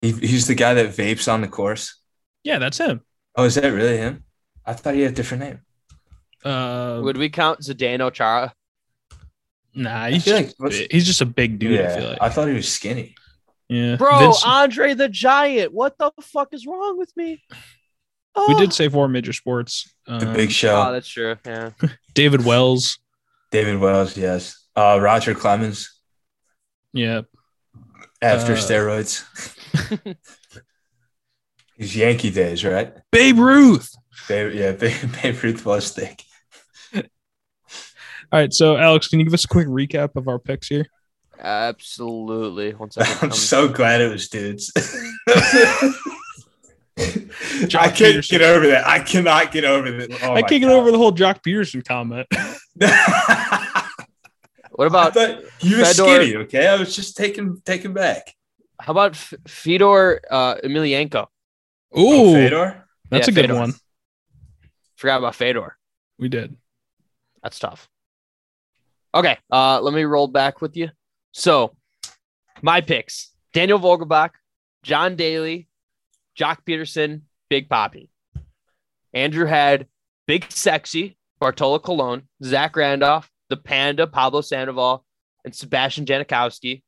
Speaker 3: He, he's the guy that vapes on the course.
Speaker 1: Yeah, that's him.
Speaker 3: Oh, is that really him? I thought he had a different name.
Speaker 1: Uh,
Speaker 2: Um, Would we count Zdeno Chara?
Speaker 1: nah,
Speaker 3: I
Speaker 1: he's
Speaker 3: feel
Speaker 1: just,
Speaker 3: like what's-
Speaker 1: bi- he's just a big dude.
Speaker 3: yeah,
Speaker 1: I feel like.
Speaker 3: I thought he was skinny.
Speaker 1: yeah,
Speaker 2: Bro,
Speaker 1: Vince-
Speaker 2: Andre the Giant. What the fuck is wrong with me? Oh.
Speaker 1: we did say four major sports.
Speaker 3: The
Speaker 1: Um,
Speaker 3: Big Show.
Speaker 2: Oh, that's true. Yeah.
Speaker 1: David Wells.
Speaker 3: David Wells, yes. Uh, Roger Clemens
Speaker 1: Yeah,
Speaker 3: after
Speaker 1: Uh,
Speaker 3: steroids. His Yankee days, right?
Speaker 1: Babe Ruth.
Speaker 3: Babe, yeah, Babe, Babe Ruth was thick.
Speaker 1: All right, so Alex, can you give us a quick recap of our picks here?
Speaker 2: Absolutely. One second.
Speaker 1: Um,
Speaker 3: I'm so glad it was dudes. I can't
Speaker 1: Peterson.
Speaker 3: get over that. I cannot get over that.
Speaker 1: I
Speaker 3: Oh my
Speaker 1: can't get
Speaker 3: God.
Speaker 1: over the whole Jock Peterson comment.
Speaker 2: what
Speaker 3: I
Speaker 2: about
Speaker 3: thought you were
Speaker 2: Fedor-
Speaker 3: skinny, okay? I was just taken taken back.
Speaker 2: how about F- Fedor uh, Emelianenko?
Speaker 3: Oh,
Speaker 1: Ooh,
Speaker 3: Fedor?
Speaker 1: that's
Speaker 2: Yeah,
Speaker 1: a good
Speaker 2: Fedor.
Speaker 1: one.
Speaker 2: Forgot about Fedor.
Speaker 1: We did.
Speaker 2: That's tough. Okay, uh, let me roll back with you. So, my picks: Daniel Vogelbach, John Daly, Jock Peterson, Big Poppy. Andrew had Big Sexy, Bartolo Colon, Zach Randolph, the Panda, Pablo Sandoval, and Sebastian Janikowski.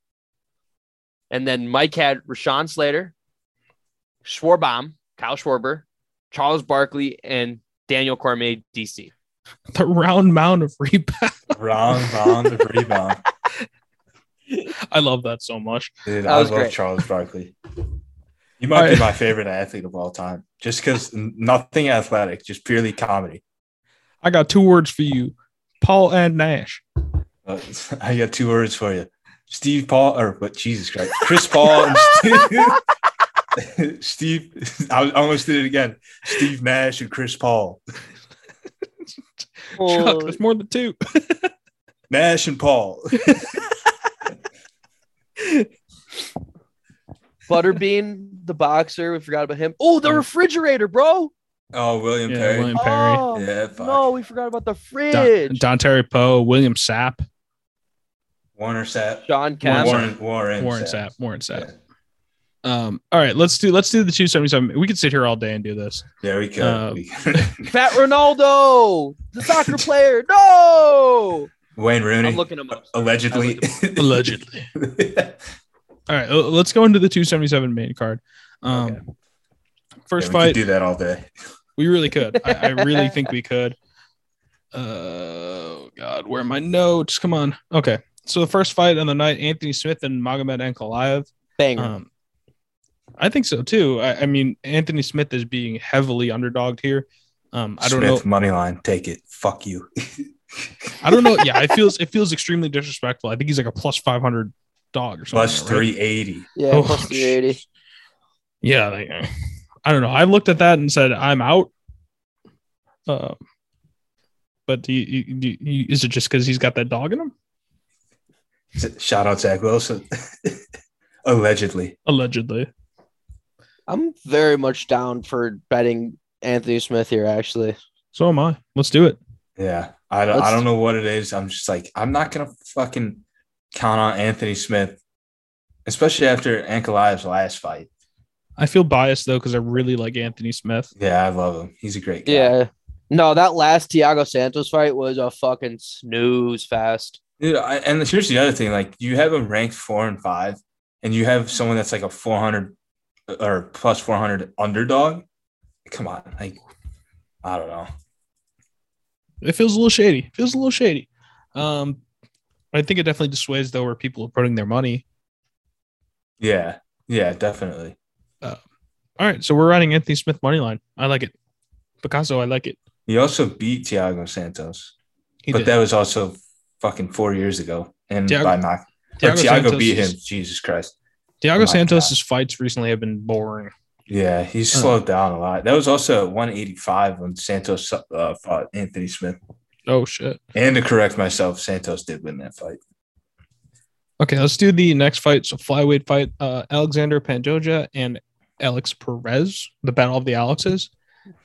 Speaker 2: And then Mike had Rashawn Slater, Schwarbaum, Kyle Schwarber, Charles Barkley, and Daniel Cormier, DC.
Speaker 6: The round mound of rebound.
Speaker 3: Wrong bound of rebound.
Speaker 6: I love that so much.
Speaker 3: Dude,
Speaker 2: That
Speaker 3: I
Speaker 2: was
Speaker 3: love
Speaker 2: great.
Speaker 3: Charles Barkley. You might be my favorite athlete of all time, just because nothing athletic, just purely comedy.
Speaker 6: I got two words for you, Paul and Nash.
Speaker 3: Uh, I got two words for you: Steve Paul, or what? Jesus Christ, Chris Paul and Steve. Steve, I almost did it again. Steve Nash and Chris Paul.
Speaker 6: Chuck, there's more than two.
Speaker 3: Nash and Paul.
Speaker 2: Butterbean, the boxer. We forgot about him. Oh, the
Speaker 3: Um,
Speaker 2: refrigerator, bro.
Speaker 3: Oh, William
Speaker 1: Yeah,
Speaker 3: Perry.
Speaker 1: William Perry.
Speaker 2: Oh,
Speaker 3: yeah, fuck.
Speaker 2: no, we forgot about the
Speaker 1: Don,
Speaker 2: fridge.
Speaker 1: Don Terry Poe, William Sapp,
Speaker 3: Warner Sapp.
Speaker 2: John Cass.
Speaker 3: Warren, Warren,
Speaker 1: Warren Sapp, Warren Sapp.
Speaker 3: Yeah.
Speaker 1: Um, all right, let's do let's do the 277. We could sit here all day and do this.
Speaker 3: There we go.
Speaker 1: Uh,
Speaker 3: We-
Speaker 2: Fat Ronaldo, the soccer player. No, Uh,
Speaker 3: Wayne Rooney.
Speaker 2: I'm looking him up.
Speaker 3: allegedly.
Speaker 1: Allegedly. All right, l- let's go into the 277 main card. Um, first
Speaker 3: Yeah, we could
Speaker 1: fight,
Speaker 3: do that all day.
Speaker 1: we really could. I, I really think we could. Uh, oh God, where are my notes? Come on. Okay, so the first fight on the night, Anthony Smith and Magomed Ankalaev.
Speaker 2: Banger.
Speaker 3: Oh.
Speaker 1: Um, I think so too. I, I mean, Anthony Smith is being heavily underdogged here. Um, I don't know.
Speaker 3: Smith, Money line. Take it. Fuck you.
Speaker 1: I don't know. Yeah, it feels it feels extremely disrespectful. I think he's like a plus five hundred dog or something.
Speaker 3: Plus
Speaker 1: Oh, right?
Speaker 3: 380.
Speaker 2: yeah,
Speaker 1: oh,
Speaker 2: plus 380.
Speaker 1: Yeah, like, uh, I don't know. I looked at that and said, "I'm out." Uh, but do you, you- do you- is it just because he's got that dog in him?
Speaker 3: Shout out Zach Wilson. allegedly.
Speaker 1: Allegedly,
Speaker 2: I'm very much down for betting Anthony Smith here. Actually,
Speaker 1: so am I. Let's do it.
Speaker 3: Yeah. I don't, I
Speaker 2: Let's-
Speaker 3: don't know what it is. I'm just like, I'm not going to fucking count on Anthony Smith, especially after Ankalaev's last fight.
Speaker 1: I feel biased though because I really like Anthony Smith.
Speaker 3: Yeah, I love him. He's a great guy.
Speaker 2: yeah. No, that last Tiago Santos fight was a fucking snooze fest.
Speaker 3: Dude, I, and here's the other thing: like you have a ranked four and five, and you have someone that's like a four hundred or plus four hundred underdog. Come on, like I don't know.
Speaker 1: It feels a little shady. It feels a little shady. Um, I think it definitely dissuades though where people are putting their money.
Speaker 3: Yeah, yeah, definitely.
Speaker 1: All right, so we're riding Anthony Smith money line. I like it. Picasso, I like it.
Speaker 3: He also beat Thiago Santos,
Speaker 1: He
Speaker 3: but
Speaker 1: did.
Speaker 3: that was also fucking four years ago, and
Speaker 1: Thiago-
Speaker 3: by knock. or
Speaker 1: Thiago
Speaker 3: Thiago
Speaker 1: Santos
Speaker 3: beat him.
Speaker 1: is-
Speaker 3: Jesus Christ.
Speaker 1: Thiago
Speaker 3: My
Speaker 1: Santos's fights recently have been boring.
Speaker 3: Yeah, he's
Speaker 1: Uh.
Speaker 3: slowed down a lot. That was also at 185 when Santos uh, fought Anthony Smith.
Speaker 1: Oh shit.
Speaker 3: And to correct myself, Santos did win that fight.
Speaker 1: Okay, let's do the next fight. So flyweight fight, uh, Alexander Pandoja and Alex Perez, the battle of the Alexes.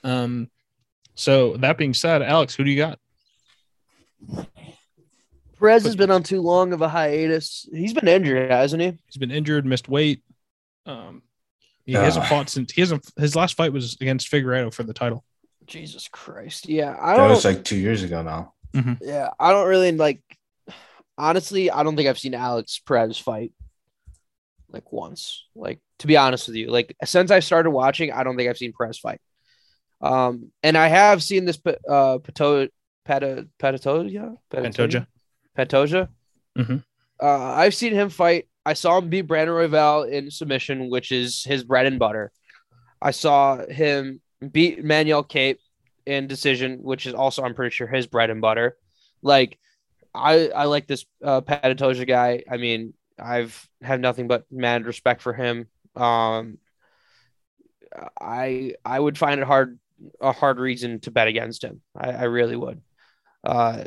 Speaker 1: Um, so that being said, Alex, who do you got?
Speaker 2: Perez has been on too long of a hiatus. He's been injured, hasn't he?
Speaker 1: He's been injured, missed weight. Um, he hasn't
Speaker 3: Ah.
Speaker 1: fought since he hasn't. His last fight was against Figueroa for the title.
Speaker 2: Jesus Christ. Yeah, I
Speaker 3: That
Speaker 2: don't.
Speaker 3: was like two years ago now.
Speaker 2: yeah, I don't really like. Honestly, I don't think I've seen Alex Perez fight like once. Like to be honest with you, like since I started watching, I don't think I've seen Perez fight. Um, and I have seen this Pa- uh Pato Pata Patatoja
Speaker 1: Pantoja.
Speaker 2: Pantoja.
Speaker 1: Mhm.
Speaker 2: Uh, I've seen him fight. I saw him beat Brandon Royval in submission, which is his bread and butter. I saw him beat Manuel Cape in decision, which is also, I'm pretty sure, his bread and butter. Like, I I like this uh, Patatoja guy. I mean, I've have nothing but mad respect for him. Um, I I would find it hard a hard reason to bet against him. I, I really would. Uh,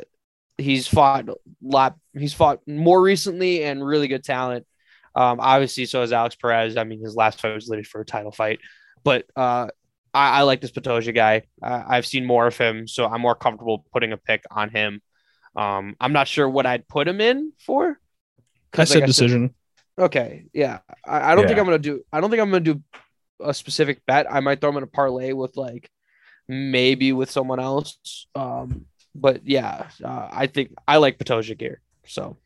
Speaker 2: he's fought lot. He's fought more recently and really good talent. Um, obviously, so is Alex Perez. I mean, his last fight was literally for a title fight, but uh, I, I like this Patoja guy. I, I've seen more of him, so I'm more comfortable putting a pick on him. Um, I'm not sure what I'd put him in for.
Speaker 1: I
Speaker 2: 'Cause,
Speaker 1: said
Speaker 2: like
Speaker 1: decision.
Speaker 2: Okay, yeah. I, I don't think
Speaker 3: Yeah.
Speaker 2: I'm gonna do. I don't think I'm gonna do a specific bet. I might throw him in a parlay with like maybe with someone else. Um, but yeah, uh, I think I like Patoja gear. So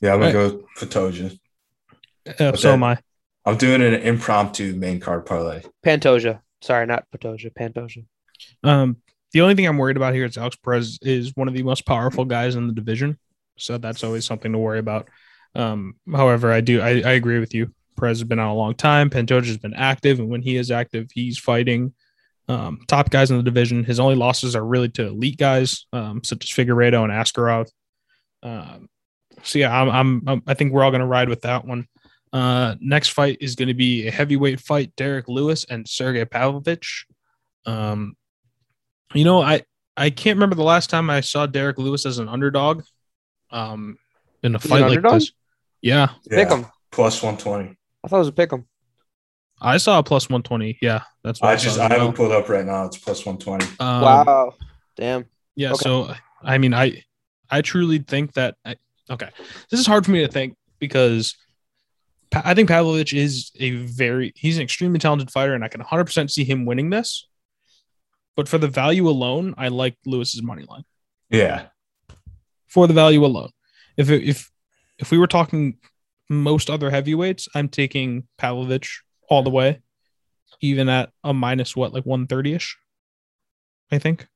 Speaker 3: Yeah, I'm
Speaker 1: Right.
Speaker 3: gonna go Patoja.
Speaker 1: Uh, So
Speaker 3: Okay.
Speaker 1: am I.
Speaker 3: I'm doing an impromptu main card parlay.
Speaker 2: Pantoja. Sorry, not Patoja. Pantoja.
Speaker 1: Um, The only thing I'm worried about here is Alex Perez is one of the most powerful guys in the division, so that's always something to worry about. Um, however, I do I, I agree with you. Perez has been out a long time. Pantoja has been active, and when he is active, he's fighting um, top guys in the division. His only losses are really to elite guys um, such as Figueredo and Askarov. Um, so yeah, I'm, I'm, I'm I think we're all going to ride with that one. Uh, next fight is going to be a heavyweight fight: Derek Lewis and Sergey Pavlovich. Um, you know, I I can't remember the last time I saw Derek Lewis as an underdog. Um, in a
Speaker 2: He's an
Speaker 1: fight like
Speaker 2: underdog?
Speaker 1: this, yeah,
Speaker 2: Pick him.
Speaker 3: Plus 120.
Speaker 2: I thought it was a pick him.
Speaker 1: I saw a plus one twenty. Yeah, that's what I,
Speaker 3: I just,
Speaker 1: saw
Speaker 3: I
Speaker 1: as
Speaker 3: have
Speaker 1: well.
Speaker 3: it pulled up right now. It's plus 120.
Speaker 1: Um,
Speaker 2: wow. Damn.
Speaker 1: Yeah.
Speaker 2: Okay.
Speaker 1: So I mean, I I truly think that. I, okay, this is hard for me to think because Pa- I think Pavlovich is a very he's an extremely talented fighter, and I can 100 percent see him winning this. But for the value alone, I like Lewis's money line
Speaker 3: Yeah.
Speaker 1: for the value alone. If it- if if we were talking most other heavyweights, I'm taking Pavlovich all the way, even at a minus what like 130 ish. I think,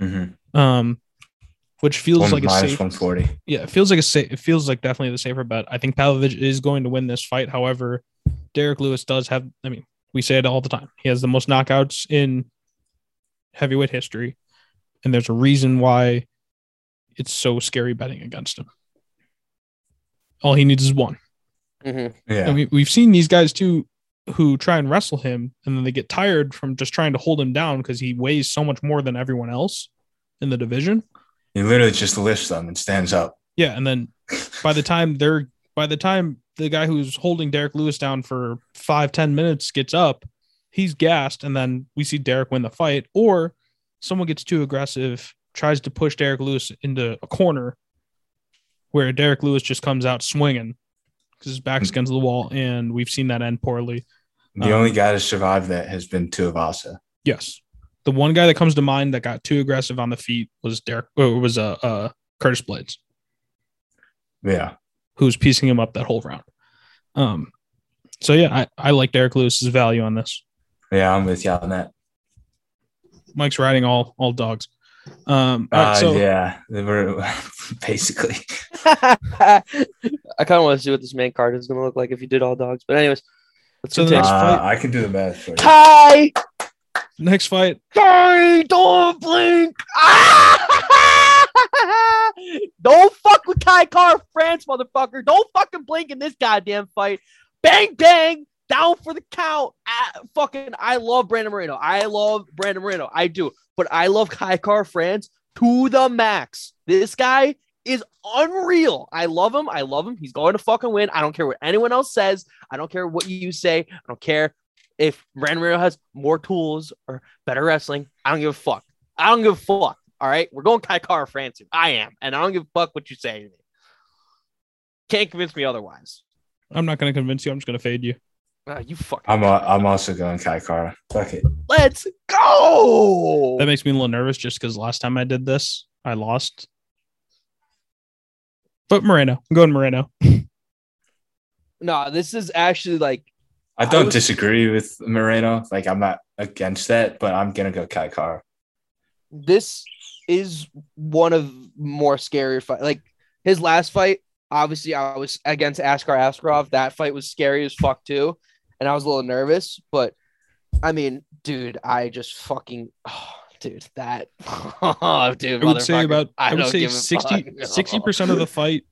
Speaker 3: Mm-hmm.
Speaker 1: um, which feels
Speaker 3: One,
Speaker 1: like a
Speaker 3: minus
Speaker 1: safe.
Speaker 3: 140.
Speaker 1: Yeah, it feels like a sa- it feels like definitely the safer bet. I think Pavlovich is going to win this fight. However, Derek Lewis does have. I mean, we say it all the time. He has the most knockouts in heavyweight history, and there's a reason why it's so scary betting against him. All he needs is one.
Speaker 2: Mm-hmm.
Speaker 3: Yeah.
Speaker 1: And we, we've seen these guys too who try and wrestle him and then they get tired from just trying to hold him down because he weighs so much more than everyone else in the division.
Speaker 3: He literally just lifts them and stands up.
Speaker 1: Yeah, and then by the time they're by the time the guy who's holding Derek Lewis down for five, ten minutes gets up, he's gassed, and then we see Derek win the fight, or someone gets too aggressive, tries to push Derek Lewis into a corner where Derek Lewis just comes out swinging because his back's against the wall, and we've seen that end poorly.
Speaker 3: The
Speaker 1: Um,
Speaker 3: only guy to survive that has been Tuivasa.
Speaker 1: Yes, the one guy that comes to mind that got too aggressive on the feet was Derek, or was uh, uh Curtis Blades.
Speaker 3: Yeah.
Speaker 1: who's piecing him up that whole round. Um, so yeah, I, I like Derek Lewis's value on this.
Speaker 3: Yeah, I'm with you on that.
Speaker 1: Mike's riding all all dogs. Um, all right,
Speaker 3: Uh,
Speaker 1: so
Speaker 3: yeah. They were basically.
Speaker 2: I kind of want to see what this main card is going to look like if you did all dogs. But anyways, let's
Speaker 1: So
Speaker 2: continue.
Speaker 1: the next
Speaker 3: Uh,
Speaker 1: fight-
Speaker 3: I can do the math for you.
Speaker 2: Ty,
Speaker 1: next fight,
Speaker 2: Ty, don't blink.
Speaker 4: Don't fuck with Kai Car France, motherfucker. Don't fucking blink in this goddamn fight. Bang, bang, down for the count. Ah, fucking, I love Brandon Moreno. I love Brandon Moreno. I do. But I love Kai Car France to the max. This guy is unreal. I love him. I love him. He's going to fucking win. I don't care what anyone else says. I don't care what you say. I don't care if Brandon Moreno has more tools or better wrestling. I don't give a fuck. I don't give a fuck. All right, we're going Kai Car France. here. I am, and I don't give a fuck what you say to me. Can't convince me otherwise.
Speaker 1: I'm not going to convince you. I'm just going to fade you.
Speaker 2: Ah, you fuck.
Speaker 3: I'm, al- I'm also going Kai Kara. Fuck it.
Speaker 4: Let's go.
Speaker 1: That makes me a little nervous just because last time I did this, I lost. But Moreno, I'm going Moreno.
Speaker 2: No, this is actually like
Speaker 3: I don't
Speaker 2: was-
Speaker 3: disagree with Moreno. Like, I'm not against that, but I'm going to go Kai Kara.
Speaker 2: this is one of more scarier fight. Like his last fight, obviously I was against Askar Askarov. That fight was scary as fuck too, and I was a little nervous. But I mean, dude, I just fucking, dude, that, dude,
Speaker 1: I would say
Speaker 2: motherfucker,
Speaker 1: about I, would
Speaker 2: don't
Speaker 1: say
Speaker 2: give a
Speaker 1: 60
Speaker 2: fuck.
Speaker 1: 60 percent of the fight.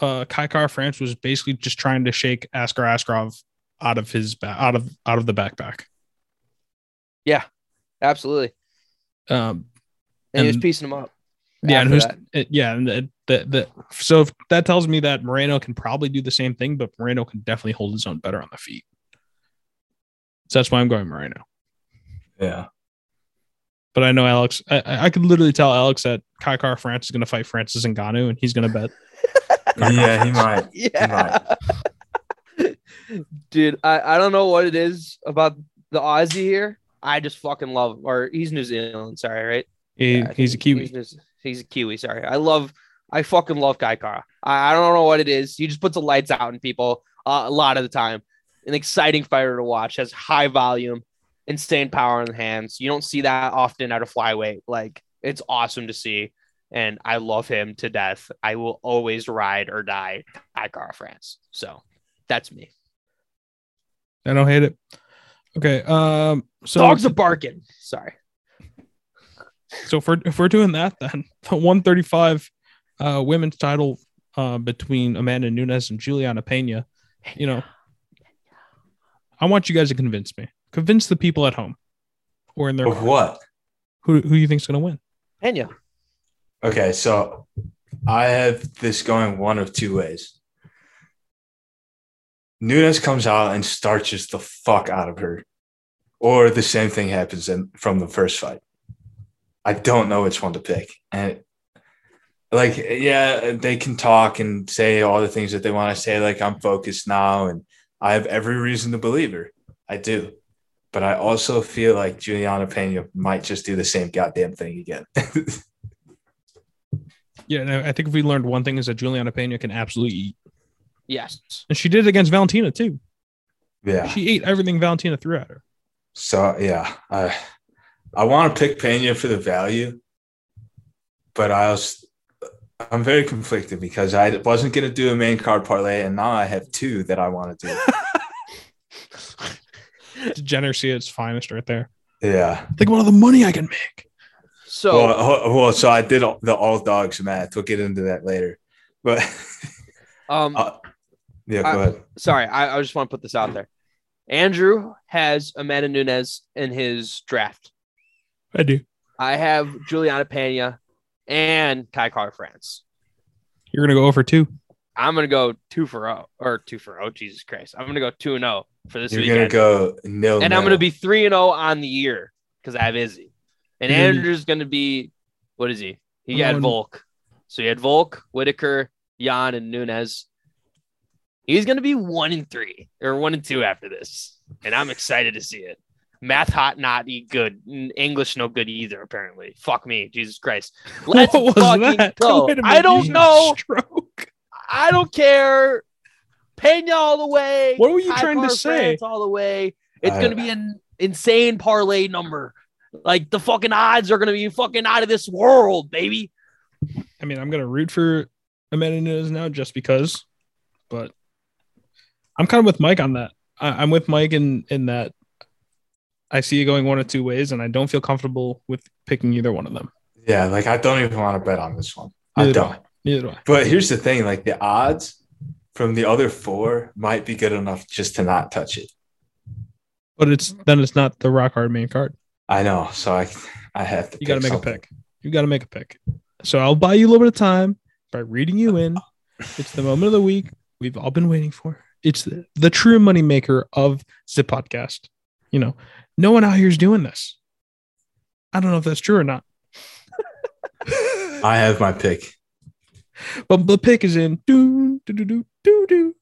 Speaker 1: Uh, Kaikar France was basically just trying to shake Askar Askarov out of his ba- out of out of the backpack.
Speaker 2: Absolutely,
Speaker 1: Um,
Speaker 2: and, he was
Speaker 1: And-
Speaker 2: piecing him up.
Speaker 1: Yeah, and
Speaker 2: after
Speaker 1: who's
Speaker 2: that.
Speaker 1: it, yeah, and that that that so if that tells me that Moreno can probably do the same thing, but Moreno can definitely hold his own better on the feet. So that's why I'm going Moreno.
Speaker 3: Yeah.
Speaker 1: But I know Alex. I- I, I could literally tell Alex that Kaikar France is going to fight Francis Ngannou, and he's going to bet.
Speaker 3: yeah, he might.
Speaker 2: yeah. Dude, I, I don't know what it is about the Aussie here. I just fucking love him. Or he's New Zealand, sorry, right?
Speaker 1: He,
Speaker 2: Yeah, I
Speaker 1: he's a
Speaker 2: think
Speaker 1: Kiwi.
Speaker 2: He's, he's a Kiwi. Sorry, I love. I fucking love Kai Kara. I, I don't know what it is. He just puts the lights out in people uh, a lot of the time. An exciting fighter to watch. Has high volume. insane power in the hands. You don't see that often at a flyweight. Like it's awesome to see. And I love him to death. I will always ride or die Icar France. So that's me.
Speaker 1: I don't hate it. Okay. Um. So
Speaker 2: Dogs are barking. Sorry.
Speaker 1: so if we're, if we're doing that, then the 135 uh, women's title uh, between Amanda Nunes and Juliana Pena, you know, I want you guys to convince me. Convince the people at home or in their
Speaker 3: Of what?
Speaker 1: who who you think's going to win.
Speaker 2: Pena.
Speaker 3: Okay, so I have this going one of two ways. Nunes comes out and starches the fuck out of her, or the same thing happens in, from the first fight. I don't know which one to pick. And like, yeah, they can talk and say all the things that they want to say. Like, I'm focused now, and I have every reason to believe her. I do. But I also feel like Juliana Pena might just do the same goddamn thing again.
Speaker 1: Yeah, and I I think if we learned one thing is that Juliana Pena can absolutely eat,
Speaker 2: Yes.
Speaker 1: and she did it against Valentina too.
Speaker 3: yeah.
Speaker 1: She ate everything Valentina threw at her.
Speaker 3: So yeah, I I want to pick Pena for the value, but I was I'm very conflicted because I wasn't gonna do a main card parlay, and now I have two that I want to do.
Speaker 1: Degeneracy at its finest, right there.
Speaker 3: yeah.
Speaker 1: Think about all the money I can make.
Speaker 2: So
Speaker 3: Well, ho- well, so I did all- the all dogs math. We'll get into that later, but
Speaker 2: um
Speaker 3: uh, yeah, go
Speaker 2: I-
Speaker 3: ahead.
Speaker 2: sorry, I, I just want to put this out there. Andrew has Amanda Nunes in his draft.
Speaker 1: I do.
Speaker 2: I have Juliana Pena and Kai Car France.
Speaker 1: You're gonna go over two.
Speaker 2: I'm gonna go two for O or two for O. Jesus Christ. I'm gonna go two and O for this
Speaker 3: You're gonna
Speaker 2: weekend.
Speaker 3: go nil,
Speaker 2: and I'm
Speaker 3: nil.
Speaker 2: gonna be three and O on the year because I have Izzy. And
Speaker 1: You're gonna be-
Speaker 2: Andrew's gonna be what is he? He
Speaker 1: I'm
Speaker 2: had
Speaker 1: going-
Speaker 2: Volk. So he had Volk, Whitaker, Jan, and Nunez. He's gonna be one and three or one and two after this. And I'm excited to see it. Math hot not eat good. N- English no good either, apparently. Fuck me. Jesus Christ. Let's
Speaker 1: what was
Speaker 2: fucking
Speaker 1: that?
Speaker 2: go.
Speaker 1: Wait a minute,
Speaker 2: I
Speaker 1: you
Speaker 2: don't
Speaker 1: had a
Speaker 2: know.
Speaker 1: Stroke.
Speaker 2: I don't care. Pena all the way.
Speaker 1: What were you
Speaker 2: Ty
Speaker 1: trying to
Speaker 2: Bar
Speaker 1: say?
Speaker 2: France all the way. It's
Speaker 3: I-
Speaker 2: gonna be an insane parlay number. Like the fucking odds are gonna be fucking out of this world, baby.
Speaker 1: I mean, I'm gonna root for Amanda Nunes now just because, but I'm kind of with Mike on that. I, I'm with Mike in in that I see it going one of two ways, and I don't feel comfortable with picking either one of them.
Speaker 3: yeah, like I don't even want to bet on this one. I
Speaker 1: Neither do
Speaker 3: don't.
Speaker 1: Neither do I.
Speaker 3: But here's the thing: like the odds from the other four might be good enough just to not touch it.
Speaker 1: But it's then it's not the rock hard main card.
Speaker 3: I know, so I I have to.
Speaker 1: You got to make
Speaker 3: something.
Speaker 1: a pick. You got to make a pick. So I'll buy you a little bit of time by reading you in. It's the moment of the week we've all been waiting for. It's the, the true moneymaker of the podcast. You know, no one out here is doing this. I don't know if that's true or not,
Speaker 3: I have my pick.
Speaker 1: but the pick is in. Doo, doo, doo, doo, doo, doo.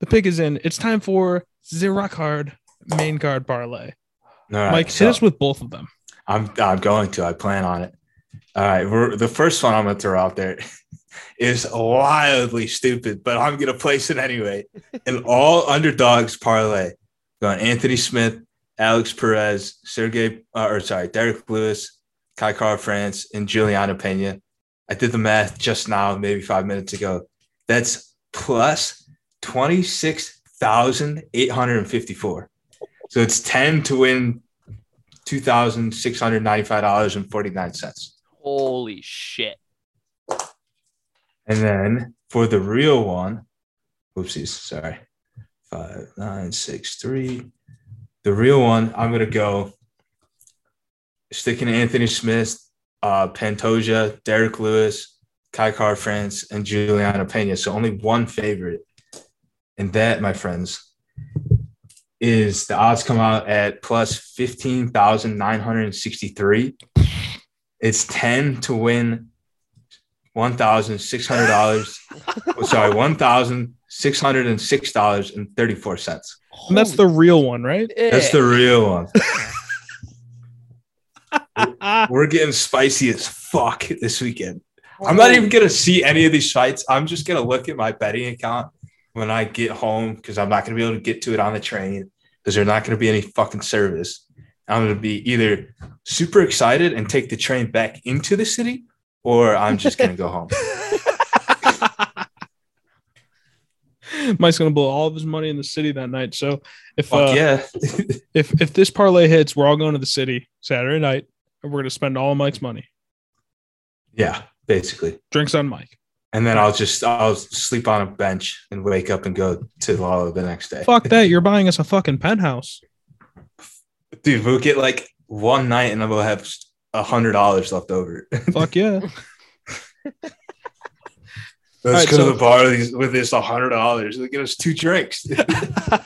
Speaker 1: The pick is in. It's time for the rock hard main card parlay.
Speaker 3: All right,
Speaker 1: Mike,
Speaker 3: so
Speaker 1: hit us with both of them.
Speaker 3: I'm I'm going to. I plan on it. All right, we're, the first one I'm going to throw out there is wildly stupid, but I'm going to place it anyway. An all underdogs parlay going Anthony Smith, Alex Perez, Sergey, uh, or sorry, Derek Lewis, Kai Car France, and Juliana Pena. I did the math just now, maybe five minutes ago. That's plus 26,854. So it's 10 to win two thousand six hundred ninety-five dollars and forty-nine cents.
Speaker 2: Holy shit.
Speaker 3: And then for the real one, oopsies, sorry, five nine six three. The real one, I'm gonna go sticking to Anthony Smith, uh, Pantoja, Derek Lewis, Kai Car France, and Juliana Pena. So only one favorite, and that, my friends. Is the odds come out at plus 15,963? It's 10 to win one thousand six hundred dollars. Oh, sorry, one thousand six hundred and six dollars and thirty four cents.
Speaker 1: And that's the real one, right?
Speaker 3: That's the real one.
Speaker 1: Ah.
Speaker 3: We're getting spicy as fuck this weekend. I'm not even gonna see any of these fights. I'm just gonna look at my betting account when I get home because I'm not gonna be able to get to it on the train because there's not gonna be any fucking service. I'm going to be either super excited and take the train back into the city, or I'm just going to go home.
Speaker 1: Mike's gonna blow all of his money in the city that night. So if uh,
Speaker 3: Fuck yeah.
Speaker 1: if if this parlay hits, we're all going to the city Saturday night, and we're gonna spend all of Mike's money.
Speaker 3: Yeah, basically.
Speaker 1: Drinks on Mike.
Speaker 3: And then I'll just I'll sleep on a bench and wake up and go to Lala the next day.
Speaker 1: Fuck that! You're buying us a fucking penthouse.
Speaker 3: Dude, we'll get like one night and then we'll have a hundred dollars left over.
Speaker 1: Fuck yeah!
Speaker 3: Let's
Speaker 1: Alright,
Speaker 3: go
Speaker 1: so-
Speaker 3: to the bar with these- with this hundred dollars. They'll get us two drinks.
Speaker 1: all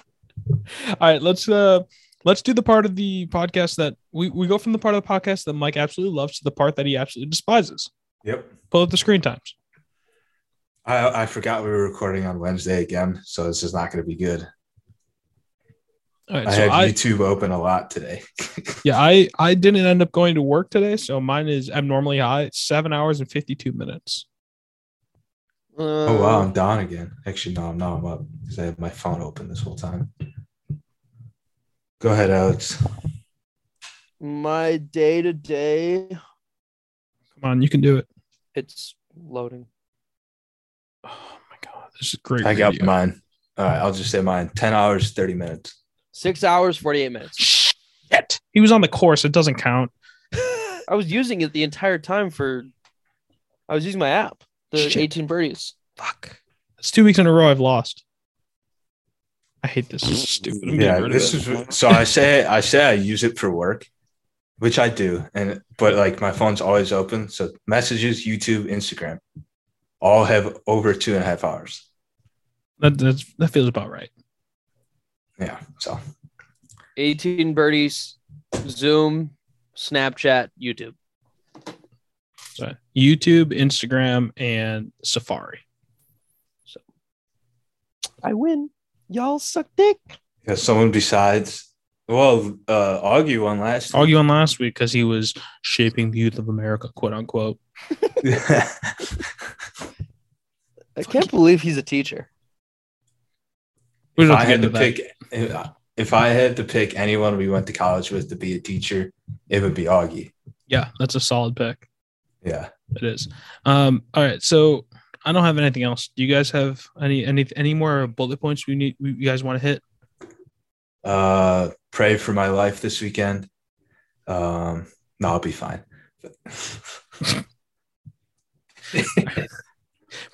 Speaker 1: right, let's uh let's do the part of the podcast that we we go from the part of the podcast that Mike absolutely loves to the part that he absolutely despises.
Speaker 3: yep.
Speaker 1: Pull up the screen times.
Speaker 3: I, I forgot we were recording on Wednesday again, so this is not going to be good.
Speaker 1: All right,
Speaker 3: I
Speaker 1: so
Speaker 3: had
Speaker 1: I
Speaker 3: YouTube open a lot today.
Speaker 1: yeah I I didn't end up going to work today, so mine is abnormally high, seven hours and fifty two minutes.
Speaker 2: Uh,
Speaker 3: Oh wow, I'm down again. Actually, no, I'm not. I'm up because I had my phone open this whole time. Go ahead, Alex.
Speaker 2: My day to day,
Speaker 1: Come on, you can do it.
Speaker 2: it's loading.
Speaker 1: Oh my god, this is great.
Speaker 3: I got
Speaker 1: radio.
Speaker 3: mine. All right, I'll just say mine. Ten hours, thirty minutes.
Speaker 2: Six hours, 48 minutes.
Speaker 1: Shit. He was on the course. It doesn't count.
Speaker 2: I was using it the entire time for, I was using my app, the
Speaker 1: Shit.
Speaker 2: 18 birdies.
Speaker 1: Fuck. That's two weeks in a row I've lost. I hate this. This is stupid. I'm
Speaker 3: yeah,
Speaker 1: getting rid of
Speaker 3: this
Speaker 1: it.
Speaker 3: is so. I say I say I use it for work, which I do, and but like my phone's always open. So messages, YouTube, Instagram, all have over two and a half hours.
Speaker 1: that, that's, that feels about right.
Speaker 3: Yeah, so
Speaker 2: 18 birdies, Zoom, Snapchat, YouTube.
Speaker 1: So YouTube, Instagram, and Safari.
Speaker 2: I win. Y'all suck dick.
Speaker 3: yeah, someone besides well, uh, Augie won last.
Speaker 1: Argue on last week because he was shaping the youth of America, quote unquote.
Speaker 2: I can't believe he's a teacher.
Speaker 1: We
Speaker 3: if
Speaker 1: don't
Speaker 3: I
Speaker 1: have to get into
Speaker 3: had to
Speaker 1: that.
Speaker 3: pick, if I- if I had to pick anyone we went to college with to be a teacher, it would be Augie.
Speaker 1: Yeah, that's a solid pick.
Speaker 3: Yeah,
Speaker 1: It is. Um, all right. So I don't have anything else. Do you guys have any any any more bullet points we need we, you guys want to hit?
Speaker 3: uh, pray for my life this weekend. Um, no, I'll be fine.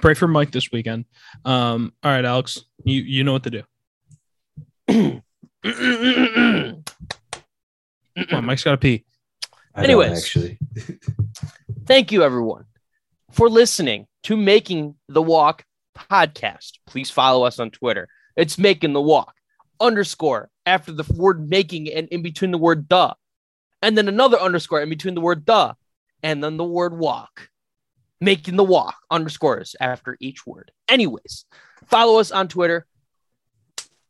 Speaker 1: Pray for Mike this weekend. Um, all right, Alex. You you know what to do.
Speaker 2: Thanks
Speaker 1: Come on, Mike's gotta pee.
Speaker 3: I don't
Speaker 2: Anyways.
Speaker 3: actually,
Speaker 2: Thank you, everyone, for listening to Making the Walk podcast. Please follow us on Twitter. It's Making the Walk underscore after the word making and in between the word the, and then another underscore in between the word the, and then the word walk. Making the walk underscores after each word. Anyways, follow us on Twitter.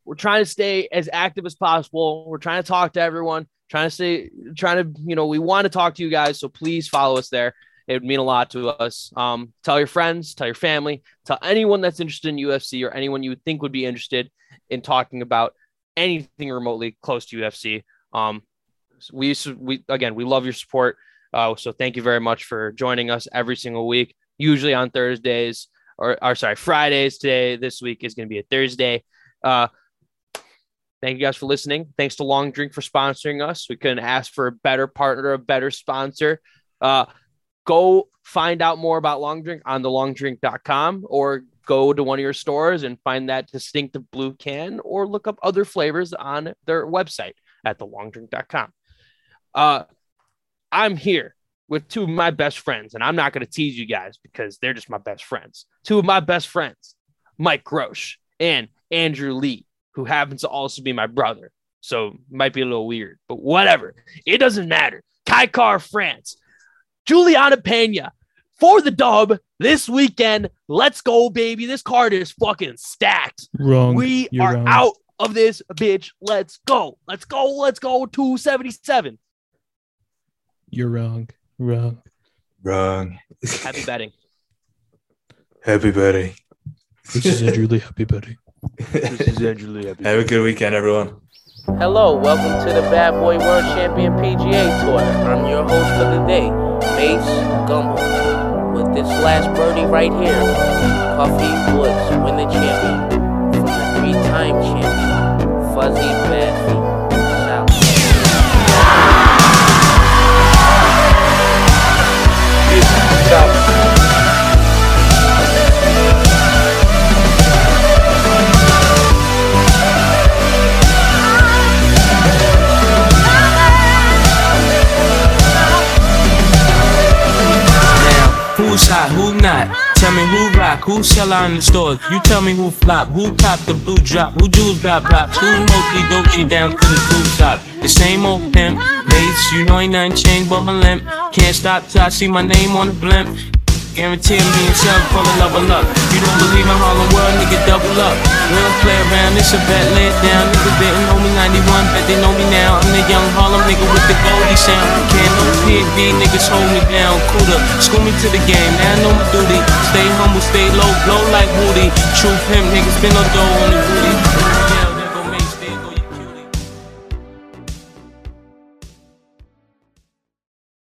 Speaker 2: We're trying to stay as active as possible. We're trying to talk to everyone, trying to stay, trying to, you know, we want to talk to you guys. So please follow us there. It would mean a lot to us. Um, tell your friends, tell your family, tell anyone that's interested in UFC or anyone you would think would be interested in talking about anything remotely close to UFC. Um, we we again we love your support. Uh, so thank you very much for joining us every single week. Usually on Thursdays or, or sorry Fridays. Today this week is going to be a Thursday. Uh, thank you guys for listening. Thanks to Long Drink for sponsoring us. We couldn't ask for a better partner, a better sponsor. Uh, go find out more about Long Drink on the longdrink.com or go to one of your stores and find that distinctive blue can or look up other flavors on their website at thelongdrink.com. Uh, I'm here with two of my best friends, and I'm not going to tease you guys because they're just my best friends. Two of my best friends, Mike Grosh and Andrew Lee, who happens to also be my brother. So might be a little weird, but whatever. It doesn't matter. Kai Car France. Juliana Pena for the dub this weekend. Let's go, baby. This card is fucking stacked.
Speaker 1: Wrong.
Speaker 2: we
Speaker 1: You're
Speaker 2: are
Speaker 1: wrong.
Speaker 2: out of this bitch. Let's go. Let's go. Let's go. 277.
Speaker 1: You're wrong. Wrong.
Speaker 3: wrong.
Speaker 2: Happy betting.
Speaker 3: Happy buddy.
Speaker 1: This is Andrew Lee. Happy buddy.
Speaker 3: Have a good weekend, everyone.
Speaker 8: Hello, welcome to the Bad Boy World Champion PGA Tour. I'm your host for the day, Mace Gumble. With this last birdie right here, Puffy Woods win the champion from the three-time champion, Fuzzy Badfy. South.
Speaker 9: Now, who's hot, who not? Tell me who rock, who sell out in the stores. You tell me who flop, who cop the blue drop, who jewels got pops, who mostly doji down to the blue top. The same old pimp, Bates, you know ain't nothing changed but my limp. Can't stop till I see my name on the blimp. Guarantee me and Chubb fall in love with luck. You don't believe in Harlem World, nigga, double up. We don't play around, it's a bet laid down. Nigga didn't know me 91, bet they know me now. I'm the young Harlem nigga with the Goldie sound. Can't no PB niggas hold me down. Cooler, school me to the game, now I know my duty. Stay humble, stay low, blow like Woody. True pimp, niggas been no dough on the booty.